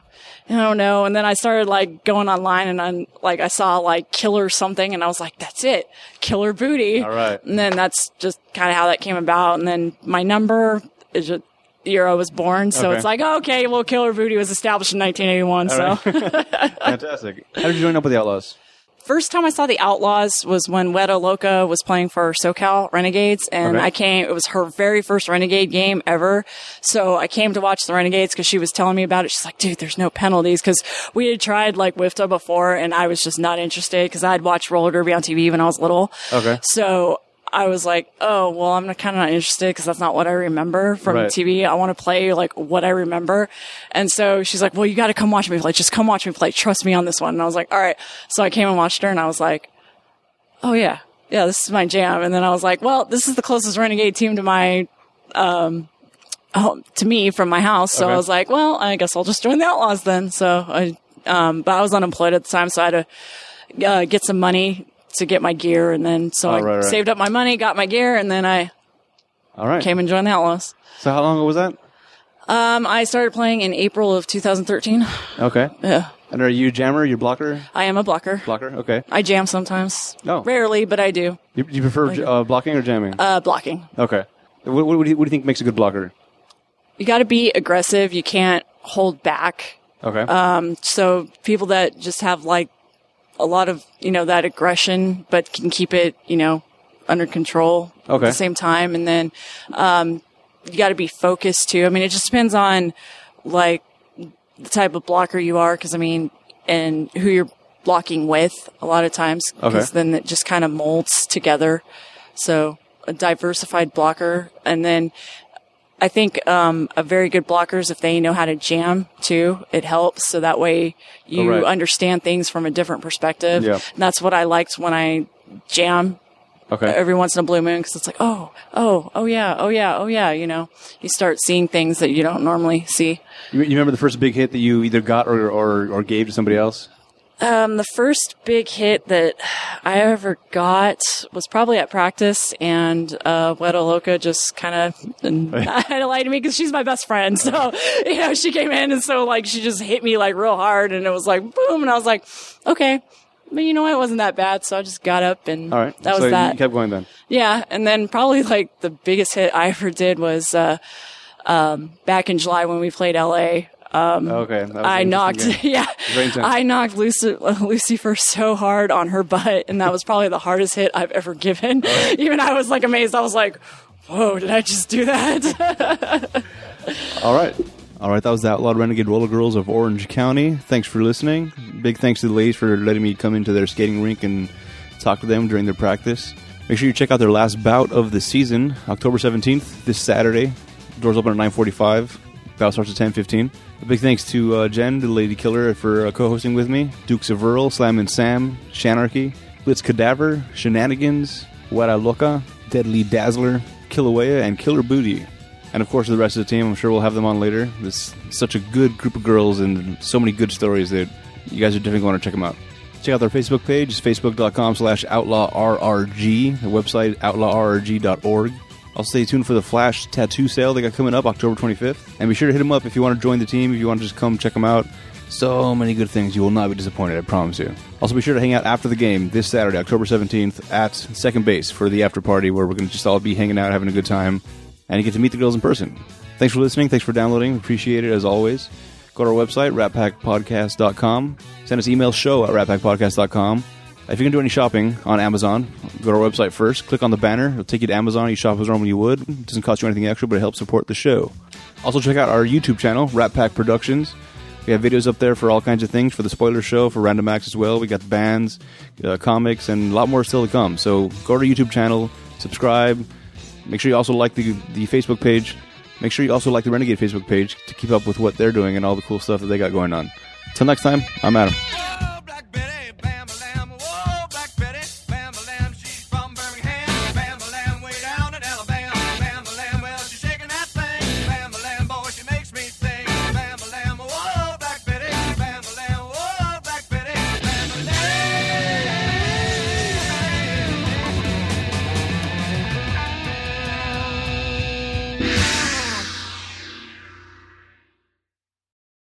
[SPEAKER 16] I don't know. And then I started like going online, and I'm like, I saw like killer something, and I was like, that's it, killer booty.
[SPEAKER 17] All right.
[SPEAKER 16] And then that's just kind of how that came about. And then my number is just the year I was born, so
[SPEAKER 5] Okay.
[SPEAKER 16] it's like okay, well, killer booty was established in 1981, so.
[SPEAKER 5] All right. Fantastic. How did you join up with the Outlaws?
[SPEAKER 16] First time I saw the Outlaws was when Weta Loca was playing for SoCal Renegades, and
[SPEAKER 17] Okay.
[SPEAKER 16] I came. It was her very first Renegade game ever, so I came to watch the Renegades because she was telling me about it. She's like, "Dude, there's no penalties," because we had tried like WIFTA before, and I was just not interested because I had watched roller derby on TV when I was little.
[SPEAKER 17] Okay.
[SPEAKER 16] So I was like, oh, well, I'm kind of not interested because that's not what I remember from
[SPEAKER 17] Right.
[SPEAKER 16] TV. I want to play like what I remember. And so she's like, well, you got to come watch me play. Just come watch me play. Trust me on this one. And I was like, all right. So I came and watched her and I was like, oh, yeah. Yeah, this is my jam. And then I was like, well, this is the closest Renegade team to my, um, home, to me from my house. So
[SPEAKER 17] Okay.
[SPEAKER 16] I was like, well, I guess I'll just join the Outlaws then. So I, um, but I was unemployed at the time. So I had to uh, get some money to get my gear, and then so
[SPEAKER 5] Oh,
[SPEAKER 16] I
[SPEAKER 5] right, right.
[SPEAKER 16] saved up my money, got my gear, and then I
[SPEAKER 5] All right.
[SPEAKER 16] came and joined the Outlaws.
[SPEAKER 5] So how long ago was that?
[SPEAKER 16] Um, I started playing in April of 2013.
[SPEAKER 5] Okay.
[SPEAKER 16] Yeah.
[SPEAKER 5] And are you a jammer? You a blocker?
[SPEAKER 16] I am a blocker.
[SPEAKER 5] Blocker. Oh. Okay.
[SPEAKER 16] I jam sometimes.
[SPEAKER 5] No.
[SPEAKER 16] Rarely, but I do.
[SPEAKER 5] You, you prefer j- uh, blocking or jamming?
[SPEAKER 16] Uh, blocking.
[SPEAKER 5] okay. What, what, what, do you, what do you think makes a good blocker?
[SPEAKER 16] You got to be aggressive. You can't hold back.
[SPEAKER 5] Okay.
[SPEAKER 16] Um, so people that just have like a lot of, you know, that aggression, but can keep it, you know, under control
[SPEAKER 17] Okay.
[SPEAKER 16] at the same time. And then, um, you got to be focused too. I mean, it just depends on like the type of blocker you are. Cause I mean, and who you're blocking with a lot of times. Cause
[SPEAKER 17] Okay.
[SPEAKER 16] then it just kind of molds together. So a diversified blocker. And then I think um, a very good blockers if they know how to jam too. It helps so that way you
[SPEAKER 15] Oh, right.
[SPEAKER 16] understand things from a different perspective.
[SPEAKER 15] Yeah.
[SPEAKER 16] And that's what I liked when I jam.
[SPEAKER 15] Okay.
[SPEAKER 16] Every once in a blue moon, because it's like, oh, oh, oh yeah, oh yeah, oh yeah. You know, you start seeing things that you don't normally see.
[SPEAKER 5] You, you remember the first big hit that you either got or, or, or gave to somebody else?
[SPEAKER 16] Um, the first big hit that I ever got was probably at practice, and uh, Weta Loca just kind of had to lie to me because she's my best friend. So you know, she came in and so like she just hit me like real hard, and it was like boom, and I was like, okay, but you know what, it wasn't that bad. So I just got up and
[SPEAKER 5] All right.
[SPEAKER 16] that was
[SPEAKER 5] so
[SPEAKER 16] that.
[SPEAKER 5] You kept going then.
[SPEAKER 16] Yeah, and then probably like the biggest hit I ever did was uh, um, back in July when we played LA. Um,
[SPEAKER 5] Okay, that was an
[SPEAKER 16] I
[SPEAKER 5] interesting
[SPEAKER 16] knocked.
[SPEAKER 5] game.
[SPEAKER 16] Yeah,
[SPEAKER 5] Very intense.
[SPEAKER 16] I knocked Lucy, Lucifer so hard on her butt, and that was probably the hardest hit I've ever given. Even I was like amazed. I was like, "Whoa, did I just do that?"
[SPEAKER 5] All right. All right, that was the Outlawed Renegade Roller Girls of Orange County. Thanks for listening. Big thanks to the ladies for letting me come into their skating rink and talk to them during their practice. Make sure you check out their last bout of the season, October 17th, this Saturday. Doors open at 9.45. Bout starts at 10.15. A big thanks to uh, Jen, the Lady Killer, for uh, co-hosting with me. Dukes of Earl, Slam and Sam, Shanarchy, Blitz Cadaver, Shenanigans, Wada Loca, Deadly Dazzler, Kilauea, and Killer Booty and of course the rest of the team. I'm sure we'll have them on later. This such a good group of girls and so many good stories that you guys are definitely going to check them out. Check out their Facebook page, it's facebook.com slash outlawrrg, the website outlawrrg.org. Also stay tuned for the Flash tattoo sale they got coming up October 25th. And be sure to hit them up if you want to join the team, if you want to just come check them out. So many good things. You will not be disappointed, I promise you. Also, be sure to hang out after the game this Saturday, October 17th, at second base for the after party where we're going to just all be hanging out, having a good time, and you get to meet the girls in person. Thanks for listening. Thanks for downloading. Appreciate it as always. Go to our website, ratpackpodcast.com. Send us email show at ratpackpodcast.com. If you can do any shopping on Amazon, go to our website first. Click on the banner. It'll take you to Amazon. You shop as normally you would. It doesn't cost you anything extra, but it helps support the show. Also, check out our YouTube channel, Rat Pack Productions. We have videos up there for all kinds of things, for the spoiler show, for Random Acts as well. We got bands, uh, comics, and a lot more still to come. So go to our YouTube channel, subscribe. Make sure you also like the, the Facebook page. Make sure you also like the Renegade Facebook page to keep up with what they're doing and all the cool stuff that they got going on. Till next time, I'm Adam.